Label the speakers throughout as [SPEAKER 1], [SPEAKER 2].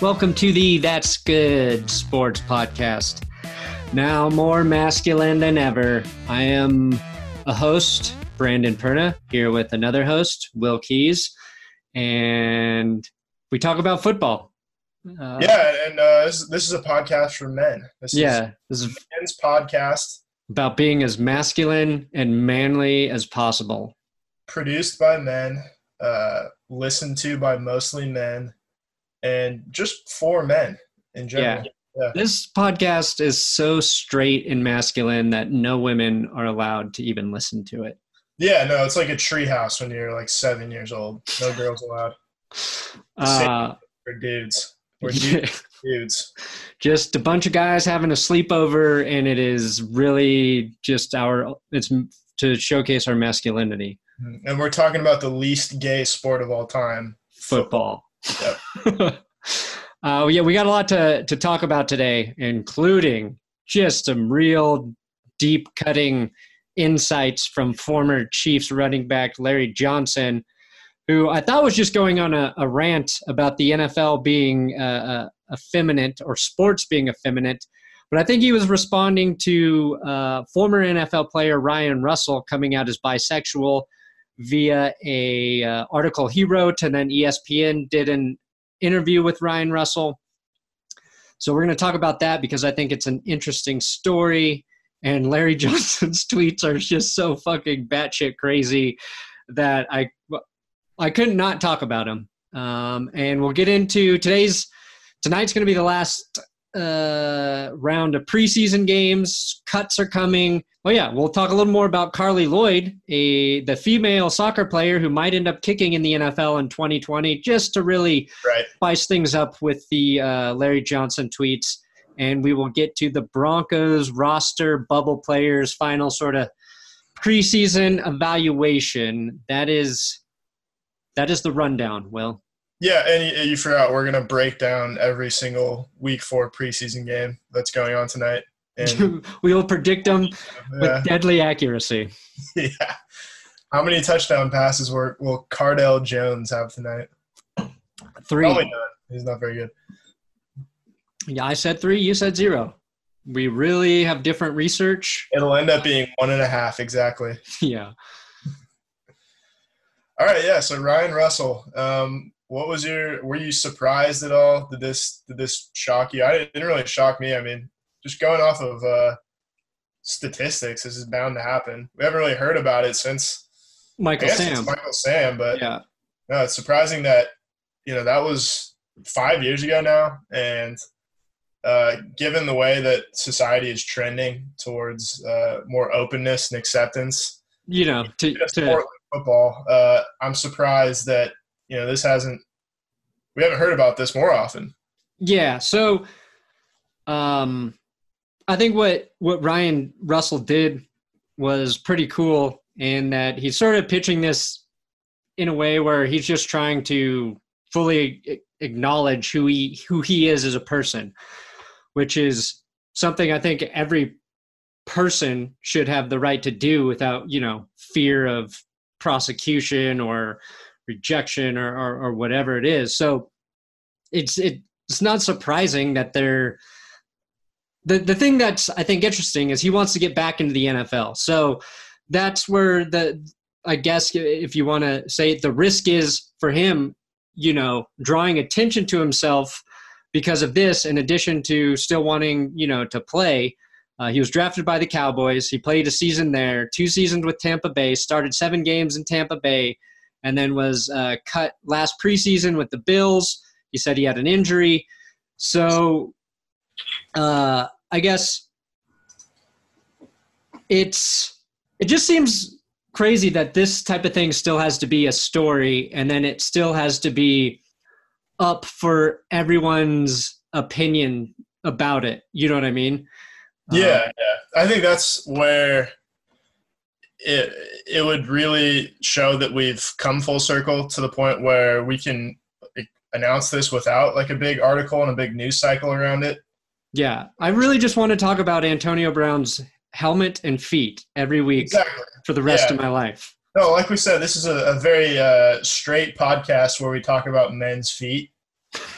[SPEAKER 1] Welcome to the That's Good Sports Podcast. Now more masculine than ever. I am a host, Brandon Perna, here with another host, Will Keys, and we talk about football. Uh,
[SPEAKER 2] yeah, and uh, this, this is a podcast for men. This
[SPEAKER 1] yeah, this is
[SPEAKER 2] is a men's podcast
[SPEAKER 1] about being as masculine and manly as possible.
[SPEAKER 2] produced by men, uh, listened to by mostly men, and just for men in general.
[SPEAKER 1] This podcast is so straight and masculine that no women are allowed to even listen to it.
[SPEAKER 2] Yeah, no, it's like a treehouse when you're like seven years old. No girls allowed.
[SPEAKER 1] Uh,
[SPEAKER 2] We're dudes. We're dudes. dudes.
[SPEAKER 1] just a bunch of guys having a sleepover and it is really just our it's m- to showcase our masculinity
[SPEAKER 2] Mm, And we're talking about the least gay sport of all time.
[SPEAKER 1] football uh, yeah we got a lot to, to talk about today including just some real deep cutting insights from former chiefs running back larry johnson who i thought was just going on a, a rant about the nfl being uh, uh, effeminate or sports being effeminate But I think he was responding to uh, former NFL player Ryan Russell coming out as bisexual via a uh, article he wrote, and then E ESPN did an interview with Ryan Russell. So we're going to talk about that because I think it's an interesting story. And Larry Johnson's tweets are just so fucking batshit crazy that I I couldn't not talk about him. Um, and we'll get into today's tonight's going to be the last uh, round of preseason games. Cuts are coming. Oh yeah, we'll talk a little more about Carly Lloyd, a the female soccer player who might end up kicking in the NFL in 2020, just to really
[SPEAKER 2] Right.
[SPEAKER 1] spice things up with the uh, Larry Johnson tweets. And we will get to the Broncos roster bubble players final sort of preseason evaluation. That is that is the rundown. Will
[SPEAKER 2] Yeah, and you, you forgot we're gonna break down every single week four preseason game that's going on tonight. And uh,
[SPEAKER 1] we will predict them
[SPEAKER 2] yeah.
[SPEAKER 1] with deadly accuracy.
[SPEAKER 2] yeah. How many touchdown passes were, will Cardell Jones have tonight?
[SPEAKER 1] Three.
[SPEAKER 2] Probably none. He's not very good.
[SPEAKER 1] Yeah, I said three. You said zero. We really have different research.
[SPEAKER 2] It'll end up being one and a half exactly.
[SPEAKER 1] Yeah.
[SPEAKER 2] All right, yeah. So Ryan Russell, um, what was your? Were you surprised at all? Did this did this shock you? I it didn't really shock me. I mean, just going off of uh, statistics, this is bound to happen. We haven't really heard about it since I
[SPEAKER 1] Michael
[SPEAKER 2] guess
[SPEAKER 1] Sam.
[SPEAKER 2] it's Michael Sam, but
[SPEAKER 1] Yeah.
[SPEAKER 2] no, it's surprising that you know that was five years ago now, and uh, given the way that society is trending towards uh, more openness and acceptance
[SPEAKER 1] You know, to,
[SPEAKER 2] in a
[SPEAKER 1] to
[SPEAKER 2] sport like football, uh, I'm surprised that you know this hasn't. We haven't heard about this more often.
[SPEAKER 1] yeah. So, um, I think what what Ryan Russell did was pretty cool in that he's sort of pitching this in a way where he's just trying to fully a- acknowledge who he who he is as a person, which is something I think every person should have the right to do without you know fear of prosecution or rejection or or, or whatever it is. So it's it, it's not surprising that they're the the thing that's I think interesting is he wants to get back into the NFL. So that's where the I guess if you want to say it, the risk is for him, you know, drawing attention to himself because of this. In addition to still wanting, you know, to play, uh, he was drafted by the Cowboys. He played a season there, two seasons with Tampa Bay, started seven games in Tampa Bay, and then was uh, cut last preseason with the Bills. He said he had an injury, so uh, I guess it's it just seems crazy that this type of thing still has to be a story and then it still has to be up for everyone's opinion about it. You know what I mean? Uh,
[SPEAKER 2] Yeah, yeah. I think that's where it it would really show that we've come full circle to the point where we can like, announce this without like a big article and a big news cycle around it.
[SPEAKER 1] yeah. I really just want to talk about Antonio Brown's helmet and feet every week
[SPEAKER 2] Exactly.
[SPEAKER 1] for the rest
[SPEAKER 2] yeah.
[SPEAKER 1] of my life.
[SPEAKER 2] No, like we said, this is a, a very uh, straight podcast where we talk about men's feet.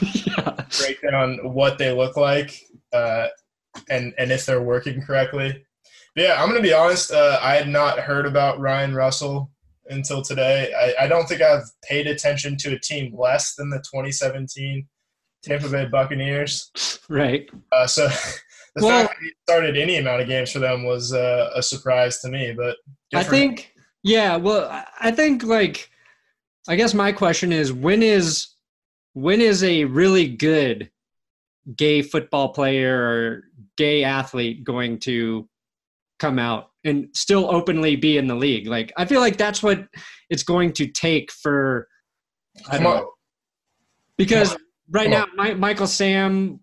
[SPEAKER 1] yeah.
[SPEAKER 2] break down what they look like uh, and and if they're working correctly. But yeah, I'm gonna be honest. Uh, I had not heard about Ryan Russell until today. I, I don't think I've paid attention to a team less than the 2017 Tampa Bay Buccaneers.
[SPEAKER 1] Right.
[SPEAKER 2] Uh, so the
[SPEAKER 1] Well-
[SPEAKER 2] fact that he started any amount of games for them was uh, a surprise to me. But good
[SPEAKER 1] I
[SPEAKER 2] for him.
[SPEAKER 1] think, yeah. Well, I- I think like, I guess my question is when is when is a really good gay football player or gay athlete going to come out and still openly be in the league? Like, I feel like that's what it's going to take for. I don't
[SPEAKER 2] Come
[SPEAKER 1] know.
[SPEAKER 2] on.
[SPEAKER 1] because right
[SPEAKER 2] Come
[SPEAKER 1] now Mi- michael sam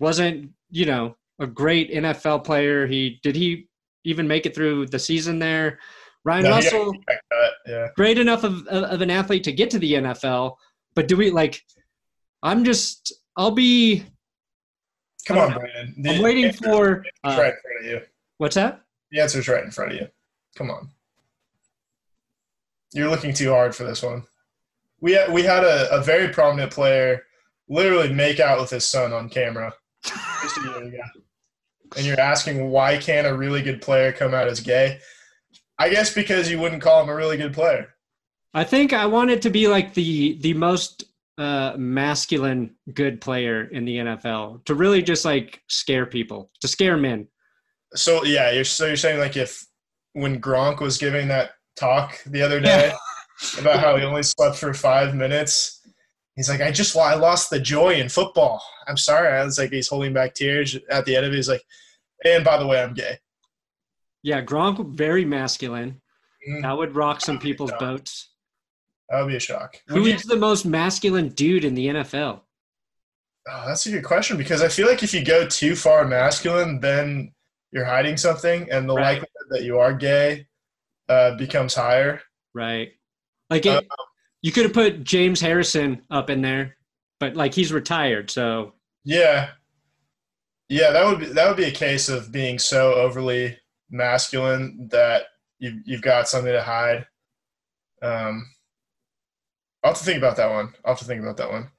[SPEAKER 1] wasn't you know a great nfl player he did he even make it through the season there ryan
[SPEAKER 2] No, he-
[SPEAKER 1] russell
[SPEAKER 2] Like that, yeah.
[SPEAKER 1] great enough of, of of an athlete to get to the nfl but do we like i'm just i'll be
[SPEAKER 2] Come
[SPEAKER 1] I
[SPEAKER 2] on,
[SPEAKER 1] don't
[SPEAKER 2] Brandon.
[SPEAKER 1] i'm waiting
[SPEAKER 2] answer's
[SPEAKER 1] for uh,
[SPEAKER 2] right in front of you.
[SPEAKER 1] what's that
[SPEAKER 2] The answer's right in front of you. Come on. You're looking too hard for this one. We had, we had a, a very prominent player literally make out with his son on camera just a year ago. And you're asking why can't a really good player come out as gay? I guess because you wouldn't call him a really good player.
[SPEAKER 1] I think I want it to be like the the most uh, masculine good player in the NFL to really just like scare people, to scare men.
[SPEAKER 2] So yeah, you're so you're saying like if when Gronk was giving that talk the other day about how he only slept for five minutes, he's like, I just lo- I lost the joy in football. I'm sorry. I was like, he's holding back tears at the end of it. He's like, and by the way, I'm gay.
[SPEAKER 1] Yeah, Gronk very masculine.
[SPEAKER 2] Mm,
[SPEAKER 1] That would rock some people's
[SPEAKER 2] Yeah.
[SPEAKER 1] boats.
[SPEAKER 2] That would be a shock. Would
[SPEAKER 1] Who
[SPEAKER 2] you-
[SPEAKER 1] is the most masculine dude in the NFL?
[SPEAKER 2] oh, that's a good question because I feel like if you go too far masculine, then you're hiding something, and the
[SPEAKER 1] Right.
[SPEAKER 2] likelihood that you are gay uh, becomes higher.
[SPEAKER 1] Right, like it,
[SPEAKER 2] Uh,
[SPEAKER 1] you could have put James Harrison up in there, but like he's retired, so
[SPEAKER 2] Yeah. Yeah, that would be that would be a case of being so overly masculine that you've you've got something to hide. Um I'll have to think about that one. I'll have to think about that one.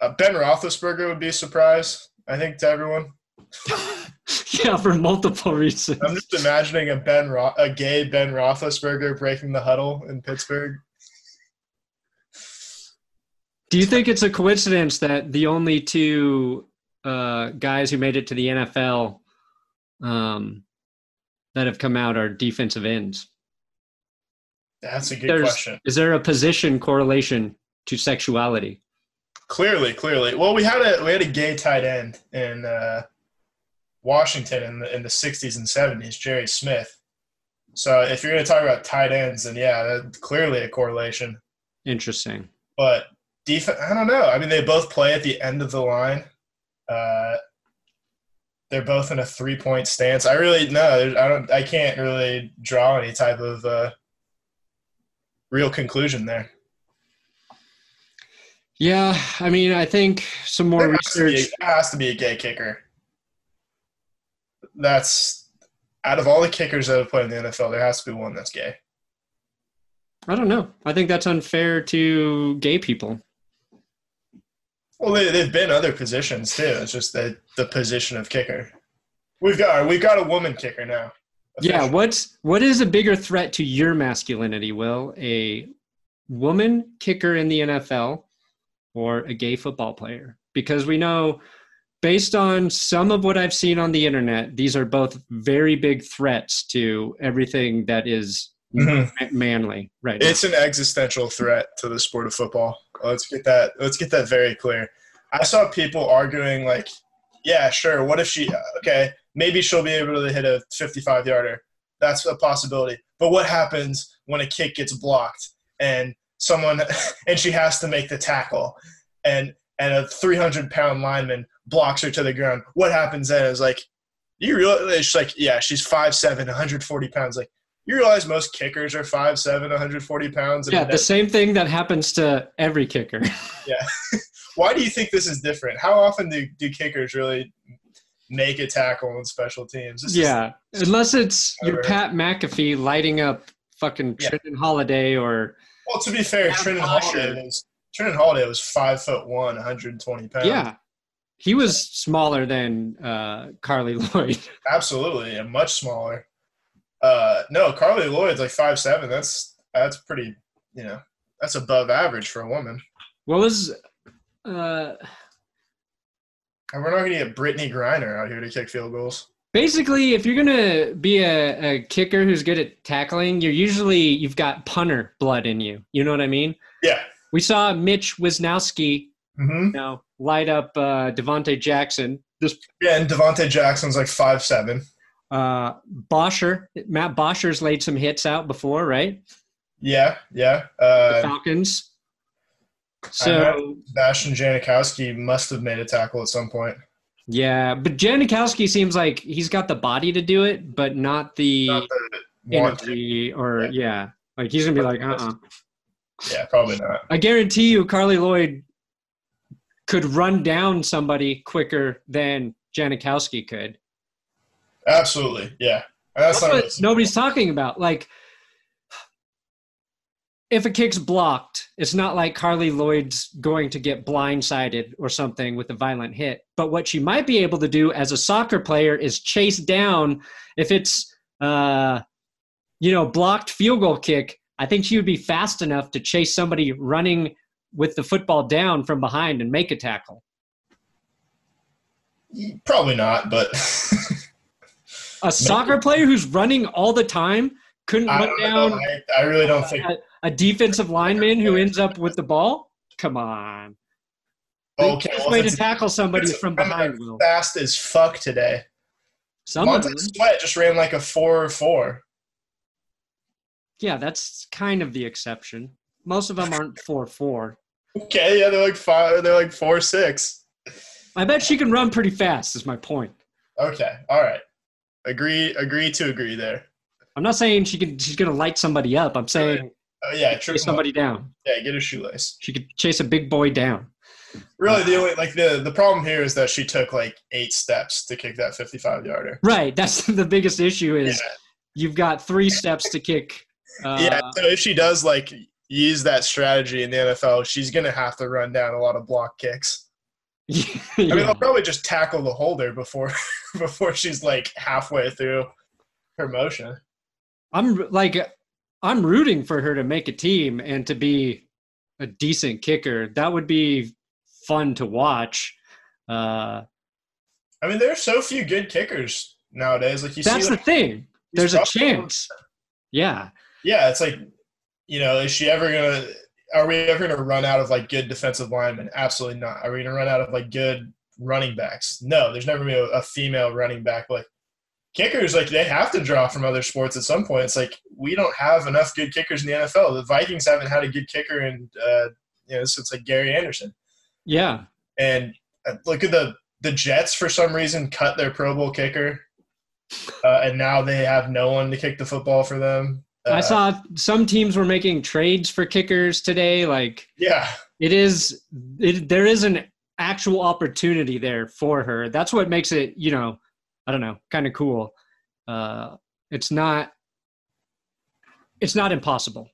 [SPEAKER 2] Uh, ben Roethlisberger would be a surprise, I think, to everyone.
[SPEAKER 1] yeah, for multiple reasons.
[SPEAKER 2] I'm just imagining a Ben Ro- a gay Ben Roethlisberger breaking the huddle in Pittsburgh.
[SPEAKER 1] Do you think it's a coincidence that the only two uh, guys who made it to the NFL um, that have come out are defensive ends?
[SPEAKER 2] That's a good
[SPEAKER 1] There's-
[SPEAKER 2] question.
[SPEAKER 1] Is there a position correlation to sexuality?
[SPEAKER 2] Clearly, clearly. Well, we had a we had a gay tight end in uh, Washington in the in the '60s and '70s, Jerry Smith. So if you're going to talk about tight ends, then yeah, that, clearly a correlation.
[SPEAKER 1] Interesting.
[SPEAKER 2] But defense, I don't know. I mean, they both play at the end of the line. Uh, they're both in a three-point stance. I really no, there's- I don't. I can't really draw any type of uh, real conclusion there.
[SPEAKER 1] Yeah, I mean, I think some more
[SPEAKER 2] There has to be-
[SPEAKER 1] research.
[SPEAKER 2] there has to be a gay kicker. That's out of all the kickers that have played in the NFL, there has to be one that's gay.
[SPEAKER 1] I don't know. I think that's unfair to gay people.
[SPEAKER 2] Well, they, they've been other positions too. It's just the the position of kicker. We've got we've got a woman kicker now.
[SPEAKER 1] Yeah,
[SPEAKER 2] Officially.
[SPEAKER 1] what's what is a bigger threat to your masculinity, Will? A woman kicker in the NFL or a gay football player? Because we know based on some of what I've seen on the internet, these are both very big threats to everything that is
[SPEAKER 2] Mhm.
[SPEAKER 1] ma- manly right now.
[SPEAKER 2] it's an existential threat to the sport of football. Let's get that let's get that very clear. I saw people arguing like, yeah, sure. What if she? Okay, maybe she'll be able to hit a 55 yarder. That's a possibility. But what happens when a kick gets blocked and someone and she has to make the tackle and and a 300 pound lineman blocks her to the ground? What happens then? Is like, you realize? She's like, yeah, she's 5'7", 140 pounds. Like, you realize most kickers are 5'7", 140 pounds. and
[SPEAKER 1] Yeah,
[SPEAKER 2] that-
[SPEAKER 1] the same thing that happens to every kicker.
[SPEAKER 2] Why do you think this is different? How often do, do kickers really make a tackle on special teams? This is-
[SPEAKER 1] yeah, unless it's your
[SPEAKER 2] Ever.
[SPEAKER 1] Pat McAfee lighting up fucking
[SPEAKER 2] Yeah.
[SPEAKER 1] Trenton Holiday or
[SPEAKER 2] well, to be fair,
[SPEAKER 1] Yeah,
[SPEAKER 2] Trenton
[SPEAKER 1] Pollard.
[SPEAKER 2] Holiday, was, Trenton Holiday was five foot one, 120 pounds.
[SPEAKER 1] Yeah. He was smaller than uh, Carly Lloyd.
[SPEAKER 2] absolutely, and much smaller. Uh, no, Carly Lloyd's like five seven. That's that's pretty. You know, that's above average for a woman.
[SPEAKER 1] What was uh,
[SPEAKER 2] And we're not going to get Brittany Griner out here to kick field goals.
[SPEAKER 1] basically if you're gonna be a, a kicker who's good at tackling, you're usually you've got punter blood in you. You know what I mean?
[SPEAKER 2] Yeah.
[SPEAKER 1] We saw Mitch Wisnowski,
[SPEAKER 2] hmm
[SPEAKER 1] you know, light up uh, Devonte Jackson. This
[SPEAKER 2] Yeah, and Devonte Jackson's like five seven.
[SPEAKER 1] uh, Bosher, Matt Bosher's laid some hits out before, right?
[SPEAKER 2] Yeah, yeah.
[SPEAKER 1] The
[SPEAKER 2] Uh,
[SPEAKER 1] Falcons.
[SPEAKER 2] I
[SPEAKER 1] So
[SPEAKER 2] Sebastian Janikowski must have made a tackle at some point.
[SPEAKER 1] yeah, but Janikowski seems like he's got the body to do it, but not the
[SPEAKER 2] Not that it wanted-
[SPEAKER 1] energy or yeah. Like he's gonna be like, uh uh
[SPEAKER 2] Yeah, probably not.
[SPEAKER 1] I guarantee you Carly Lloyd could run down somebody quicker than Janikowski could.
[SPEAKER 2] Absolutely, yeah. And that's,
[SPEAKER 1] That's
[SPEAKER 2] not.
[SPEAKER 1] what nobody's talking about. Like, if a kick's blocked, it's not like Carly Lloyd's going to get blindsided or something with a violent hit. But what she might be able to do as a soccer player is chase down if it's, uh, you know, blocked field goal kick. I think she would be fast enough to chase somebody running with the football down from behind and make a tackle.
[SPEAKER 2] Probably not, but
[SPEAKER 1] A soccer player who's running all the time couldn't
[SPEAKER 2] I,
[SPEAKER 1] run
[SPEAKER 2] don't know.
[SPEAKER 1] down
[SPEAKER 2] I, I really don't think.
[SPEAKER 1] a defensive lineman who ends up with the ball? Come on.
[SPEAKER 2] Okay,
[SPEAKER 1] the best
[SPEAKER 2] well,
[SPEAKER 1] way
[SPEAKER 2] if
[SPEAKER 1] to
[SPEAKER 2] it's
[SPEAKER 1] tackle somebody
[SPEAKER 2] it's
[SPEAKER 1] is
[SPEAKER 2] a-
[SPEAKER 1] from behind will.
[SPEAKER 2] fast as fuck today.
[SPEAKER 1] Some of them.
[SPEAKER 2] Montez Sweat just ran like a four or four.
[SPEAKER 1] Yeah, that's kind of the exception. Most of them aren't 4 4.
[SPEAKER 2] Okay, yeah, they're like five. They're like four six.
[SPEAKER 1] I bet she can run pretty fast, is my point.
[SPEAKER 2] Okay, all right. Agree, agree to agree there.
[SPEAKER 1] I'm not saying she can, she's going to light somebody up. I'm saying
[SPEAKER 2] Oh yeah, trip
[SPEAKER 1] chase somebody
[SPEAKER 2] somebody.
[SPEAKER 1] down.
[SPEAKER 2] Yeah, get a shoelace.
[SPEAKER 1] She could chase a big boy down.
[SPEAKER 2] Really, the only like the the problem here is that she took like eight steps to kick that fifty five yarder.
[SPEAKER 1] Right. That's the biggest issue is
[SPEAKER 2] Yeah.
[SPEAKER 1] you've got three steps to kick. Uh,
[SPEAKER 2] yeah, so if she does like use that strategy in the NFL, she's gonna have to run down a lot of block kicks. I mean, oh,
[SPEAKER 1] yeah.
[SPEAKER 2] they'll probably just tackle the holder before before she's like halfway through her motion.
[SPEAKER 1] I'm like I'm rooting for her to make a team and to be a decent kicker. That would be fun to watch. Uh,
[SPEAKER 2] I mean, there are so few good kickers nowadays. Like you
[SPEAKER 1] that's
[SPEAKER 2] see,
[SPEAKER 1] the
[SPEAKER 2] like,
[SPEAKER 1] thing.
[SPEAKER 2] these
[SPEAKER 1] There's a
[SPEAKER 2] prospects-
[SPEAKER 1] chance. Yeah.
[SPEAKER 2] Yeah, it's like, you know, is she ever gonna? Are we ever gonna run out of like good defensive linemen? Absolutely not. Are we gonna run out of like good running backs? No, there's never gonna be a, a female running back. Like kickers, like they have to draw from other sports at some point. It's like we don't have enough good kickers in the NFL. The Vikings haven't had a good kicker in, uh, you know, since like Gary Anderson.
[SPEAKER 1] Yeah.
[SPEAKER 2] And uh, look at the the Jets for some reason cut their Pro Bowl kicker, uh, and now they have no one to kick the football for them. Uh,
[SPEAKER 1] I saw some teams were making trades for kickers today. Like
[SPEAKER 2] Yeah,
[SPEAKER 1] it is it, there is an actual opportunity there for her that's what makes it you know i don't know kind of cool uh it's not it's not impossible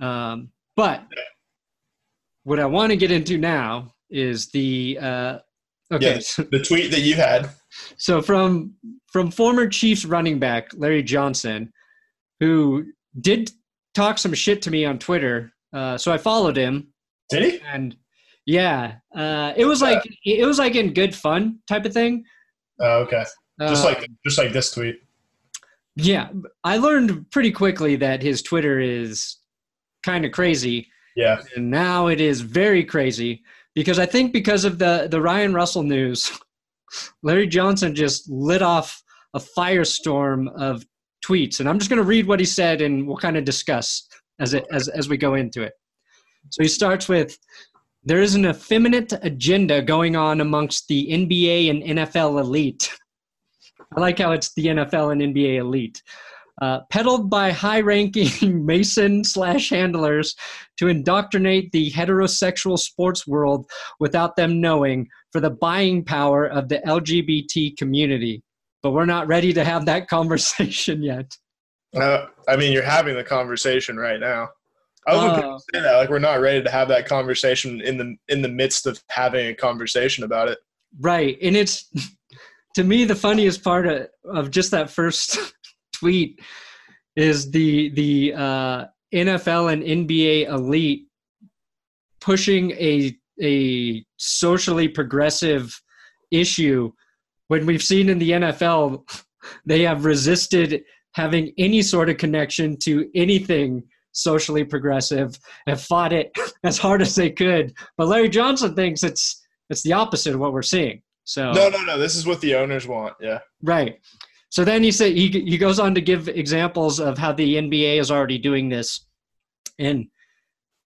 [SPEAKER 1] um but what i want to get into now is the uh okay
[SPEAKER 2] Yes. the tweet that you had.
[SPEAKER 1] so from from former Chiefs running back Larry Johnson, who did talk some shit to me on Twitter, uh, so I followed him
[SPEAKER 2] Did he?
[SPEAKER 1] and yeah, uh, it was like it was like in good fun type of thing.
[SPEAKER 2] Oh, okay. Just
[SPEAKER 1] Uh,
[SPEAKER 2] like just like this tweet.
[SPEAKER 1] yeah, I learned pretty quickly that his Twitter is kind of crazy,
[SPEAKER 2] Yeah.
[SPEAKER 1] and now it is very crazy because I think because of the the Ryan Russell news, Larry Johnson just lit off a firestorm of tweets, and I'm just going to read what he said, and we'll kind of discuss as it as as we go into it. So he starts with. There is an effeminate agenda going on amongst the NBA and NFL elite. I like how it's the NFL and NBA elite. Uh, peddled by high ranking Mason slash handlers to indoctrinate the heterosexual sports world without them knowing for the buying power of the LGBT community. But we're not ready to have that conversation yet.
[SPEAKER 2] Uh, I mean, you're having the conversation right now. I love when
[SPEAKER 1] Oh.
[SPEAKER 2] people say that. Like we're not ready to have that conversation in the in the midst of having a conversation about it.
[SPEAKER 1] Right. And it's to me the funniest part of, of just that first tweet is the the uh, NFL and NBA elite pushing a a socially progressive issue when we've seen in the NFL they have resisted having any sort of connection to anything socially progressive and fought it as hard as they could. But Larry Johnson thinks it's it's the opposite of what we're seeing. So
[SPEAKER 2] No, no, no. This is what the owners want. Yeah.
[SPEAKER 1] Right. So then he said he he goes on to give examples of how the NBA is already doing this, and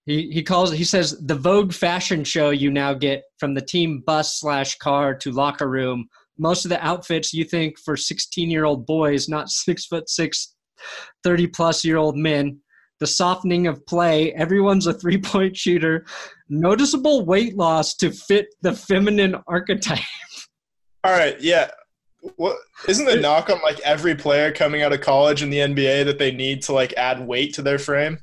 [SPEAKER 1] he he calls he says the Vogue fashion show you now get from the team bus slash car to locker room. Most of the outfits you think for sixteen year old boys, not six foot six, 30 plus year old men. The softening of play, everyone's a three point shooter. Noticeable weight loss to fit the feminine archetype.
[SPEAKER 2] All right. Yeah. What isn't the knock on like every player coming out of college in the NBA that they need to like add weight to their frame?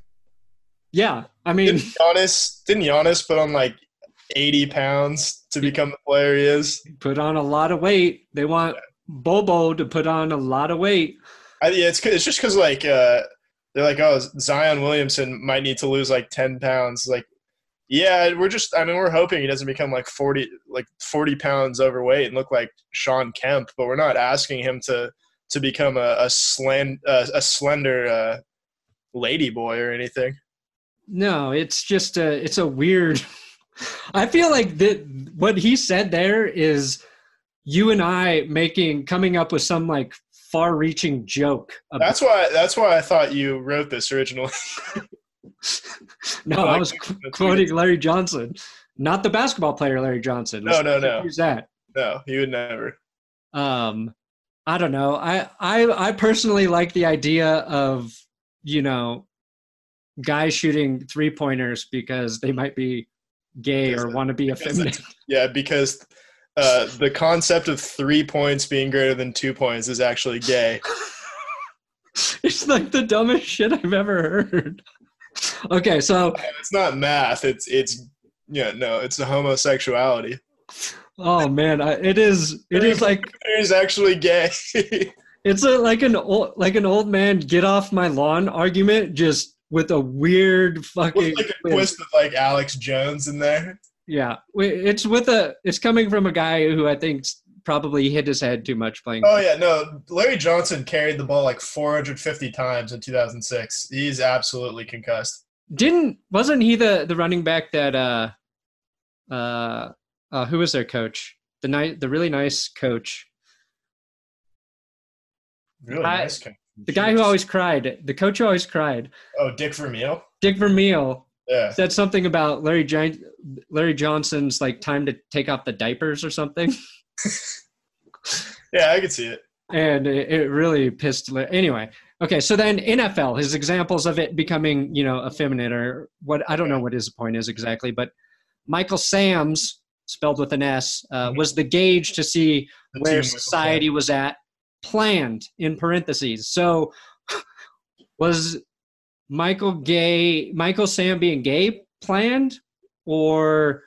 [SPEAKER 1] Yeah, I mean.
[SPEAKER 2] Didn't Giannis didn't Giannis put on like eighty pounds to become the player he is?
[SPEAKER 1] put on a lot of weight. They want Bobo to put on a lot of weight.
[SPEAKER 2] I, yeah, it's 'cause- it's just because like uh, they're like, oh, Zion Williamson might need to lose like ten pounds. Like, yeah, we're just I mean we're hoping he doesn't become like forty like forty pounds overweight and look like Sean Kemp, but we're not asking him to to become a a, slan, uh, a slender uh, lady boy or anything.
[SPEAKER 1] No, it's just a it's a weird. I feel like that what he said there is you and I making coming up with some like far-reaching joke. About,
[SPEAKER 2] That's why that's why I thought you wrote this originally.
[SPEAKER 1] no, I was qu- quoting Larry Johnson, not the basketball player Larry Johnson.
[SPEAKER 2] No, no, no.
[SPEAKER 1] Who's that?
[SPEAKER 2] No, you would never.
[SPEAKER 1] um i don't know i i i personally like the idea of you know guys shooting three pointers because they might be gay or
[SPEAKER 2] Because-
[SPEAKER 1] want to be
[SPEAKER 2] because
[SPEAKER 1] effeminate
[SPEAKER 2] Yeah, because uh, the concept of three points being greater than two points is actually gay.
[SPEAKER 1] it's like the dumbest shit i've ever heard okay so
[SPEAKER 2] It's not math. It's it's yeah no. It's a homosexuality.
[SPEAKER 1] oh man I, it is it is like
[SPEAKER 2] He's actually gay.
[SPEAKER 1] it's a, like an old like an old man get off my lawn argument just with a weird fucking
[SPEAKER 2] With like a
[SPEAKER 1] twist.
[SPEAKER 2] twist of like Alex Jones in there.
[SPEAKER 1] Yeah, we- it's with a. It's coming from a guy who I think probably hit his head too much playing.
[SPEAKER 2] Oh yeah, no. Larry Johnson carried the ball like 450 times in 2006. He's absolutely concussed.
[SPEAKER 1] Didn't wasn't he the the running back that uh, uh, uh who was their coach? The night the really nice coach,
[SPEAKER 2] Really
[SPEAKER 1] I-
[SPEAKER 2] nice. guy.
[SPEAKER 1] the guy who always cried, the coach who always cried,
[SPEAKER 2] Oh, Dick Vermeil.
[SPEAKER 1] Dick Vermeil
[SPEAKER 2] Yeah.
[SPEAKER 1] said something about Larry Jan- Larry Johnson's like time to take off the diapers or something,
[SPEAKER 2] Yeah, I could see it.
[SPEAKER 1] and it, it really pissed. Lar- Anyway. Okay, so then NFL, his examples of it becoming, you know, effeminate or what I don't know what his point is exactly, but Michael Sams, spelled with an S, uh, was the gauge to see
[SPEAKER 2] Mm-hmm. The team
[SPEAKER 1] where
[SPEAKER 2] was-
[SPEAKER 1] society was at, planned in parentheses. So was Michael gay, Michael Sam being gay planned or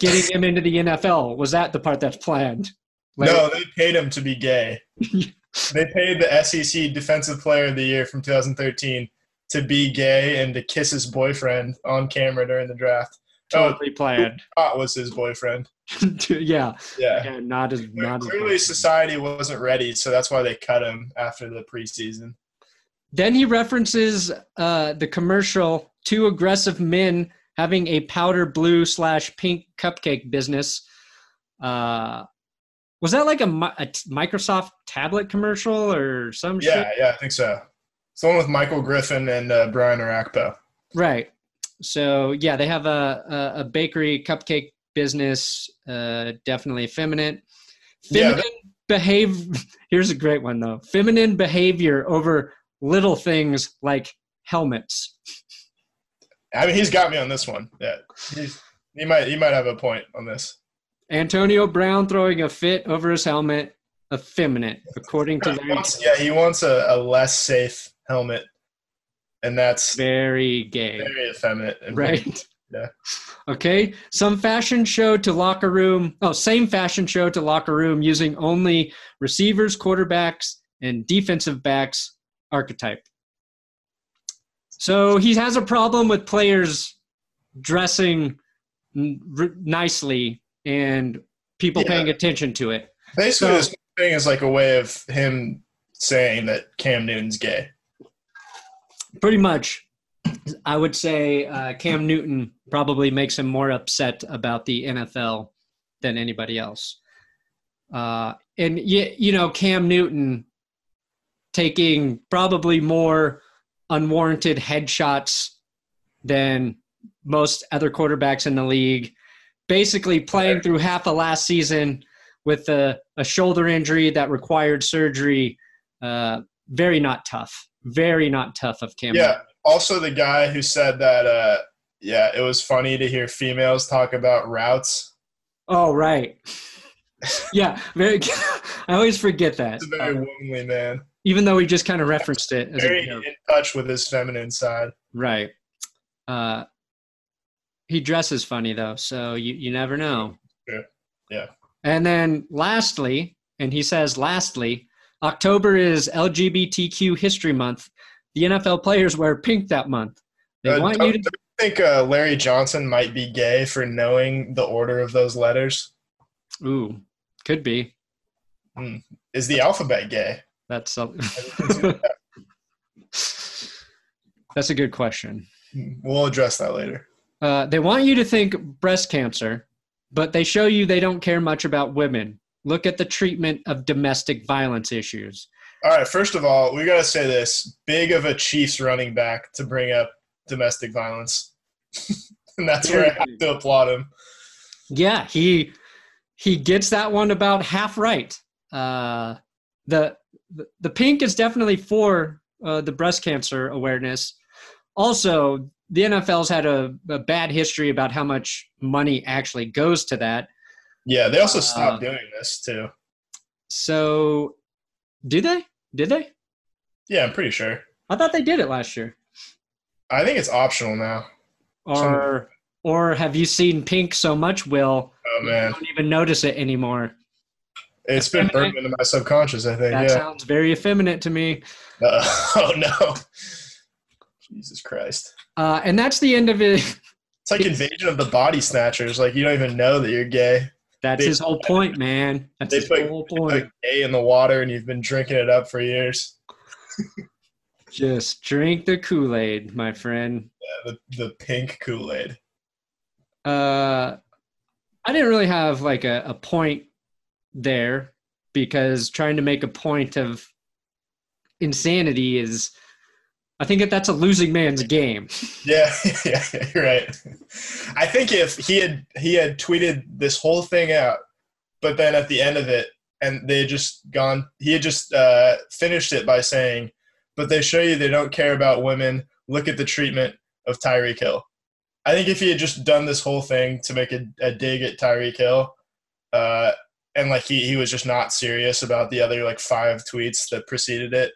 [SPEAKER 1] getting him into the NFL? Was that the part that's planned?
[SPEAKER 2] No, they paid him to be gay. they paid the SEC Defensive Player of the Year from 2013 to be gay and to kiss his boyfriend on camera during the draft. Oh,
[SPEAKER 1] totally planned.
[SPEAKER 2] Scott was his boyfriend.
[SPEAKER 1] yeah.
[SPEAKER 2] Yeah.
[SPEAKER 1] yeah, not as not as
[SPEAKER 2] Clearly, society wasn't ready, so that's why they cut him after the preseason.
[SPEAKER 1] Then he references uh, the commercial: two aggressive men having a powder blue slash pink cupcake business. Uh, was that like a, Mi- a t- Microsoft tablet commercial or some
[SPEAKER 2] Yeah,
[SPEAKER 1] Oh, shit?
[SPEAKER 2] yeah, I think so. It's the one with Michael Griffin and uh, Brian Arakpo.
[SPEAKER 1] Right. So yeah, they have a a, a bakery cupcake business. Uh, definitely effeminate.
[SPEAKER 2] Yeah,
[SPEAKER 1] Feminine behave. Here's a great one though. Feminine behavior over little things like helmets.
[SPEAKER 2] I mean, he's got me on this one. Yeah, he's, he might he might have a point on this.
[SPEAKER 1] Antonio Brown throwing a fit over his helmet, effeminate, according to
[SPEAKER 2] He
[SPEAKER 1] Larry.
[SPEAKER 2] wants- yeah, he wants a, a less safe helmet. and that's
[SPEAKER 1] Very gay.
[SPEAKER 2] very effeminate. and-
[SPEAKER 1] Right?
[SPEAKER 2] Yeah.
[SPEAKER 1] Okay. Some fashion show to locker room. Oh, same fashion show to locker room using only receivers, quarterbacks, and defensive backs archetype. So he has a problem with players dressing n- r- nicely and people
[SPEAKER 2] Yeah.
[SPEAKER 1] paying attention to it.
[SPEAKER 2] Basically,
[SPEAKER 1] So-
[SPEAKER 2] this thing is like a way of him saying that Cam Newton's gay.
[SPEAKER 1] pretty much i would say uh, cam newton probably makes him more upset about the nfl than anybody else uh, and you, you know cam newton taking probably more unwarranted headshots than most other quarterbacks in the league basically playing through half of last season with a, a shoulder injury that required surgery uh, very not tough very not tough of cam Newton.
[SPEAKER 2] Yeah. Also, the guy who said that, uh, yeah, it was funny to hear females talk about routes.
[SPEAKER 1] Oh right. yeah, very. I always forget that,
[SPEAKER 2] He's a very
[SPEAKER 1] uh,
[SPEAKER 2] womanly man,
[SPEAKER 1] even though we just kind of referenced it as a
[SPEAKER 2] very
[SPEAKER 1] joke.
[SPEAKER 2] in touch with his feminine side.
[SPEAKER 1] Right. Uh, he dresses funny though, so you you never know.
[SPEAKER 2] Yeah. Yeah.
[SPEAKER 1] And then lastly, and he says lastly, October is LGBTQ History Month. The NFL players wear pink that month. They
[SPEAKER 2] Uh,
[SPEAKER 1] want
[SPEAKER 2] don't-
[SPEAKER 1] you to
[SPEAKER 2] don't you think uh, Larry Johnson might be gay for knowing the order of those letters?
[SPEAKER 1] Ooh, could be.
[SPEAKER 2] Is the alphabet gay?
[SPEAKER 1] That's a, That's a good question.
[SPEAKER 2] We'll address that later.
[SPEAKER 1] Uh, they want you to think breast cancer, but they show you they don't care much about women. Look at the treatment of domestic violence issues.
[SPEAKER 2] All right. First of all, we got to say this: big of a Chiefs running back to bring up domestic violence, and that's where I have to applaud him.
[SPEAKER 1] Yeah, he he gets that one about half right. Uh, the the- the pink is definitely for uh, the breast cancer awareness. Also, the NFL's had a, a bad history about how much money actually goes to that.
[SPEAKER 2] Yeah, they also
[SPEAKER 1] Uh,
[SPEAKER 2] stopped doing this too.
[SPEAKER 1] So, do they? Did they?
[SPEAKER 2] Yeah, I'm pretty sure.
[SPEAKER 1] I thought they did it last year.
[SPEAKER 2] I think it's optional now. Some-
[SPEAKER 1] Or or have you seen pink so much, Will?
[SPEAKER 2] Oh
[SPEAKER 1] You
[SPEAKER 2] man,
[SPEAKER 1] don't even notice it anymore.
[SPEAKER 2] it's been burned into my subconscious. I think.
[SPEAKER 1] That
[SPEAKER 2] Yeah.
[SPEAKER 1] sounds very effeminate to me.
[SPEAKER 2] Uh, oh no. Jesus Christ.
[SPEAKER 1] Uh, and that's the end of it.
[SPEAKER 2] It's like invasion of the body snatchers. Like you don't even know that you're gay.
[SPEAKER 1] That's
[SPEAKER 2] They-
[SPEAKER 1] his whole point, man. That's
[SPEAKER 2] they
[SPEAKER 1] his
[SPEAKER 2] put-
[SPEAKER 1] whole
[SPEAKER 2] Like
[SPEAKER 1] point.
[SPEAKER 2] gay in the water, and you've been drinking it up for years.
[SPEAKER 1] Just drink the Kool Aid, my friend.
[SPEAKER 2] Yeah, the the pink Kool Aid.
[SPEAKER 1] Uh, I didn't really have like a, a point there because trying to make a point of insanity is, I think that that's a losing man's game.
[SPEAKER 2] Yeah, yeah, yeah, you're right. I think if he had he had tweeted this whole thing out, but then at the end of it, and they had just gone, he had just uh, finished it by saying, "But they show you they don't care about women. Look at the treatment of Tyreek Hill." I think if he had just done this whole thing to make a, a dig at Tyreek Hill, uh, and like he he was just not serious about the other like five tweets that preceded it,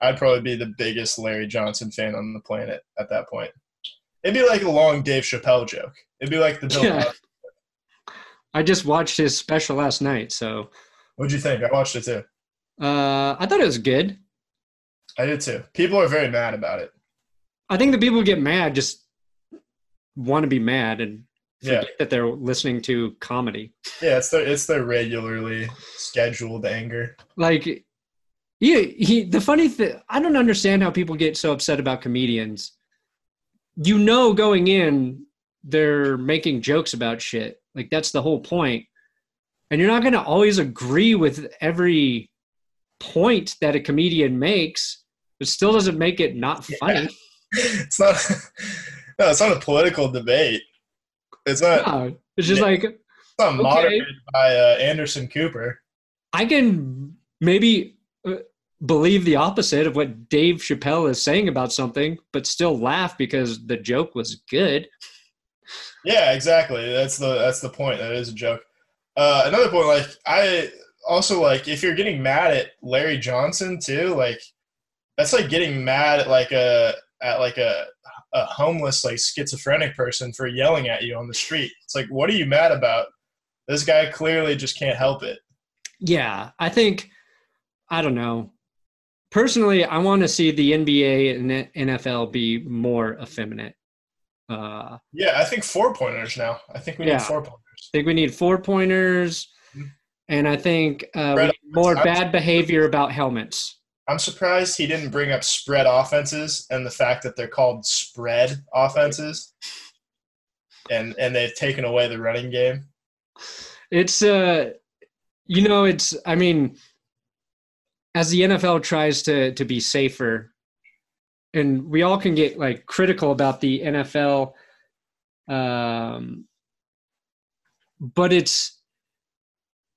[SPEAKER 2] I'd probably be the biggest Larry Johnson fan on the planet at that point. It'd be like a long Dave Chappelle joke. It'd be like the Bill.
[SPEAKER 1] Yeah.
[SPEAKER 2] Cosby-
[SPEAKER 1] I just watched his special last night, so
[SPEAKER 2] What'd you think? I watched it too.
[SPEAKER 1] uh, I thought it was good.
[SPEAKER 2] I did too. People are very mad about it.
[SPEAKER 1] I think the people who get mad just want to be mad and
[SPEAKER 2] Yeah,
[SPEAKER 1] forget that they're listening to comedy.
[SPEAKER 2] yeah. It's their it's their regularly scheduled anger.
[SPEAKER 1] Like, he, he the funny thing, I don't understand how people get so upset about comedians. You know, going in, they're making jokes about shit. Like, that's the whole point. And you're not going to always agree with every point that a comedian makes. It still doesn't make it not funny.
[SPEAKER 2] It's not. No, it's not a political debate. It's not. It's
[SPEAKER 1] Yeah, it's just
[SPEAKER 2] Yeah.
[SPEAKER 1] like
[SPEAKER 2] not
[SPEAKER 1] Okay.
[SPEAKER 2] moderated by uh, Anderson Cooper.
[SPEAKER 1] I can maybe uh, believe the opposite of what Dave Chappelle is saying about something, but still laugh because the joke was good.
[SPEAKER 2] Yeah, exactly. That's the that's the point. That is a joke. Uh, another point, like I also like if you're getting mad at Larry Johnson too, like that's like getting mad at like a at like a a homeless like schizophrenic person for yelling at you on the street. It's like, what are you mad about? This guy clearly just can't help it.
[SPEAKER 1] Yeah, I think I don't know. Personally, I want to see the NBA and NFL be more effeminate. Uh, I
[SPEAKER 2] Yeah, I think four pointers now. I think we
[SPEAKER 1] Yeah.
[SPEAKER 2] need four pointers.
[SPEAKER 1] think we need four pointers, and I think uh, we
[SPEAKER 2] Red
[SPEAKER 1] need more
[SPEAKER 2] offense.
[SPEAKER 1] bad behavior about helmets.
[SPEAKER 2] I'm surprised he didn't bring up spread offenses and the fact that they're called spread offenses, and and they've taken away the running game.
[SPEAKER 1] It's uh, you know, it's I mean, as the NFL tries to to be safer, and we all can get like critical about the NFL, um, but it's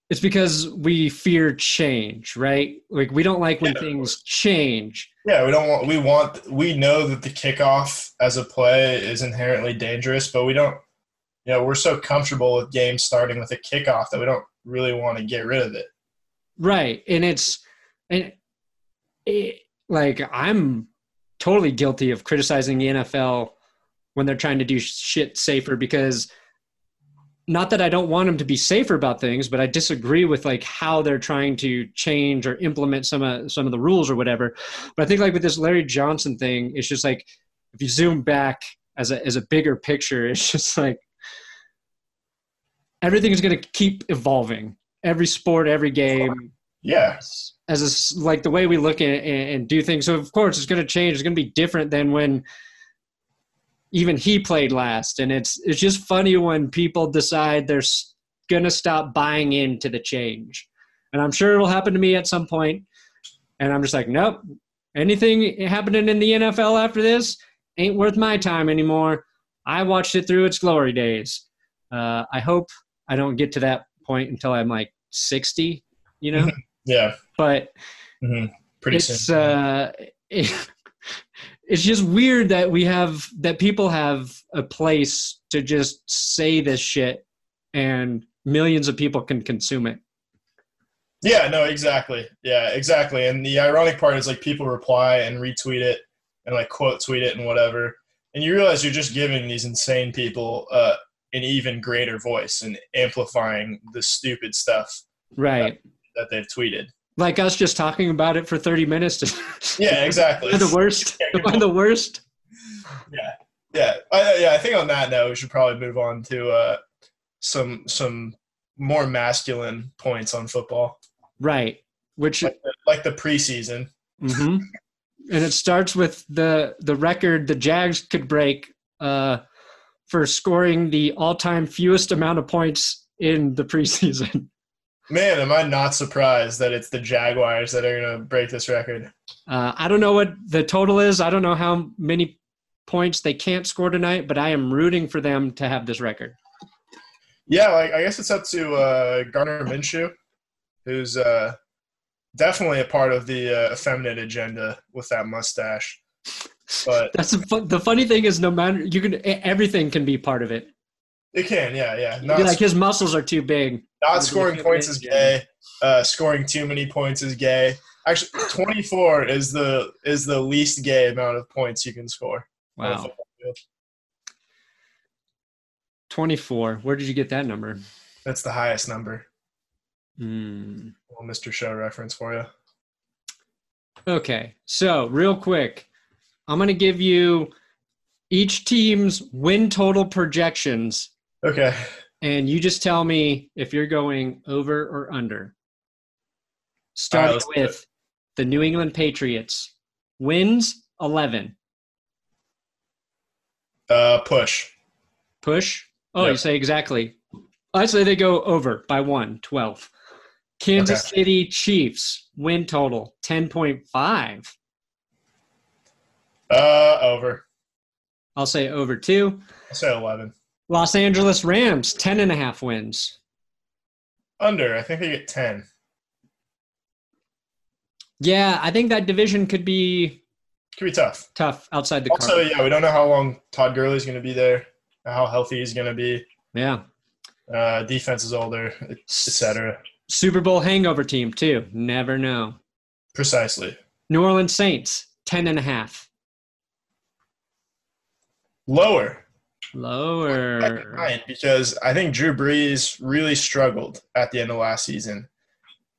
[SPEAKER 1] it's because we fear change, right? Like we don't like when
[SPEAKER 2] Yeah, of
[SPEAKER 1] things change.
[SPEAKER 2] Yeah, we don't want we want we know that the kickoff as a play is inherently dangerous, but we don't you know, we're so comfortable with games starting with a kickoff that we don't really want to get rid of it.
[SPEAKER 1] right and it's and it, like i'm totally guilty of criticizing the nfl when they're trying to do shit safer because not that i don't want them to be safer about things but i disagree with like how they're trying to change or implement some of some of the rules or whatever but i think like with this larry johnson thing it's just like if you zoom back as a as a bigger picture it's just like everything is going to keep evolving every sport every game
[SPEAKER 2] Yeah.
[SPEAKER 1] as a s like the way we look at and, and do things. So of course it's going to change. It's going to be different than when even he played last. And it's it's just funny when people decide they're going to stop buying into the change. And I'm sure it'll happen to me at some point. And I'm just like, nope. Anything happening in the NFL after this ain't worth my time anymore. I watched it through its glory days. Uh, I hope I don't get to that point until I'm like 60, you know.
[SPEAKER 2] Yeah.
[SPEAKER 1] but
[SPEAKER 2] hmm Pretty
[SPEAKER 1] it's
[SPEAKER 2] soon.
[SPEAKER 1] uh, it- it's just weird that we have that people have a place to just say this shit, and millions of people can consume it.
[SPEAKER 2] Yeah, no, exactly. Yeah, exactly. And the ironic part is like people reply and retweet it and like quote tweet it and whatever. And you realize you're just giving these insane people uh, an even greater voice and amplifying the stupid stuff
[SPEAKER 1] Right,
[SPEAKER 2] that they've tweeted.
[SPEAKER 1] like us just talking about it for thirty minutes. To,
[SPEAKER 2] Yeah, exactly.
[SPEAKER 1] Am I the worst. Am I the worst?
[SPEAKER 2] Yeah, I, yeah. I think on that note, we should probably move on to uh, some some more masculine points on football,
[SPEAKER 1] Right. Which
[SPEAKER 2] like the preseason.
[SPEAKER 1] hmm And it starts with the the record the Jags could break uh, for scoring the all time fewest amount of points in the preseason.
[SPEAKER 2] Man, am I not surprised that it's the Jaguars that are going to break this record?
[SPEAKER 1] Uh, I don't know what the total is. I don't know how many points they can't score tonight, but I am rooting for them to have this record.
[SPEAKER 2] Yeah, like, I guess it's up to uh, Garner Minshew, who's uh, definitely a part of the uh, effeminate agenda with that mustache. But
[SPEAKER 1] That's the, fu- the funny thing is, no matter you can, e- everything can be part of it.
[SPEAKER 2] it can, yeah, yeah.
[SPEAKER 1] You
[SPEAKER 2] Not,
[SPEAKER 1] be like his muscles are too big.
[SPEAKER 2] not scoring points is
[SPEAKER 1] Yeah.
[SPEAKER 2] gay. Uh, scoring too many points is gay. Actually, 24 is the is the least gay amount of points you can score. on a
[SPEAKER 1] Wow,
[SPEAKER 2] football field.
[SPEAKER 1] twenty four. Where did you get that number?
[SPEAKER 2] that's the highest number.
[SPEAKER 1] Hmm.
[SPEAKER 2] Well, Mr. Show reference for you.
[SPEAKER 1] Okay, so real quick, I'm going to give you each team's win total projections,
[SPEAKER 2] Okay.
[SPEAKER 1] and you just tell me if you're going over or under.
[SPEAKER 2] All right,
[SPEAKER 1] Starting
[SPEAKER 2] let's do it.
[SPEAKER 1] with the New England Patriots, wins 11.
[SPEAKER 2] Uh, push.
[SPEAKER 1] Push. Oh,
[SPEAKER 2] Yeah.
[SPEAKER 1] you say exactly. I say they go over by one, 12. Kansas City Chiefs, win total 10.5.
[SPEAKER 2] Uh, over.
[SPEAKER 1] I'll say over two.
[SPEAKER 2] I'll say 11.
[SPEAKER 1] Los Angeles Rams, 10 and a half wins.
[SPEAKER 2] Under. I think they get 10.
[SPEAKER 1] Yeah, I think that division could be
[SPEAKER 2] Could be tough.
[SPEAKER 1] tough outside the
[SPEAKER 2] Also,
[SPEAKER 1] Cardinals.
[SPEAKER 2] yeah, we don't know how long Todd Gurley's going to be there, how healthy he's going to be.
[SPEAKER 1] Yeah.
[SPEAKER 2] Uh, defense is older, etc.
[SPEAKER 1] Super Bowl hangover team, too. Never know.
[SPEAKER 2] Precisely.
[SPEAKER 1] New Orleans Saints, 10 and a half.
[SPEAKER 2] Lower.
[SPEAKER 1] Lower.
[SPEAKER 2] Ryan, because I think Drew Brees really struggled at the end of last season.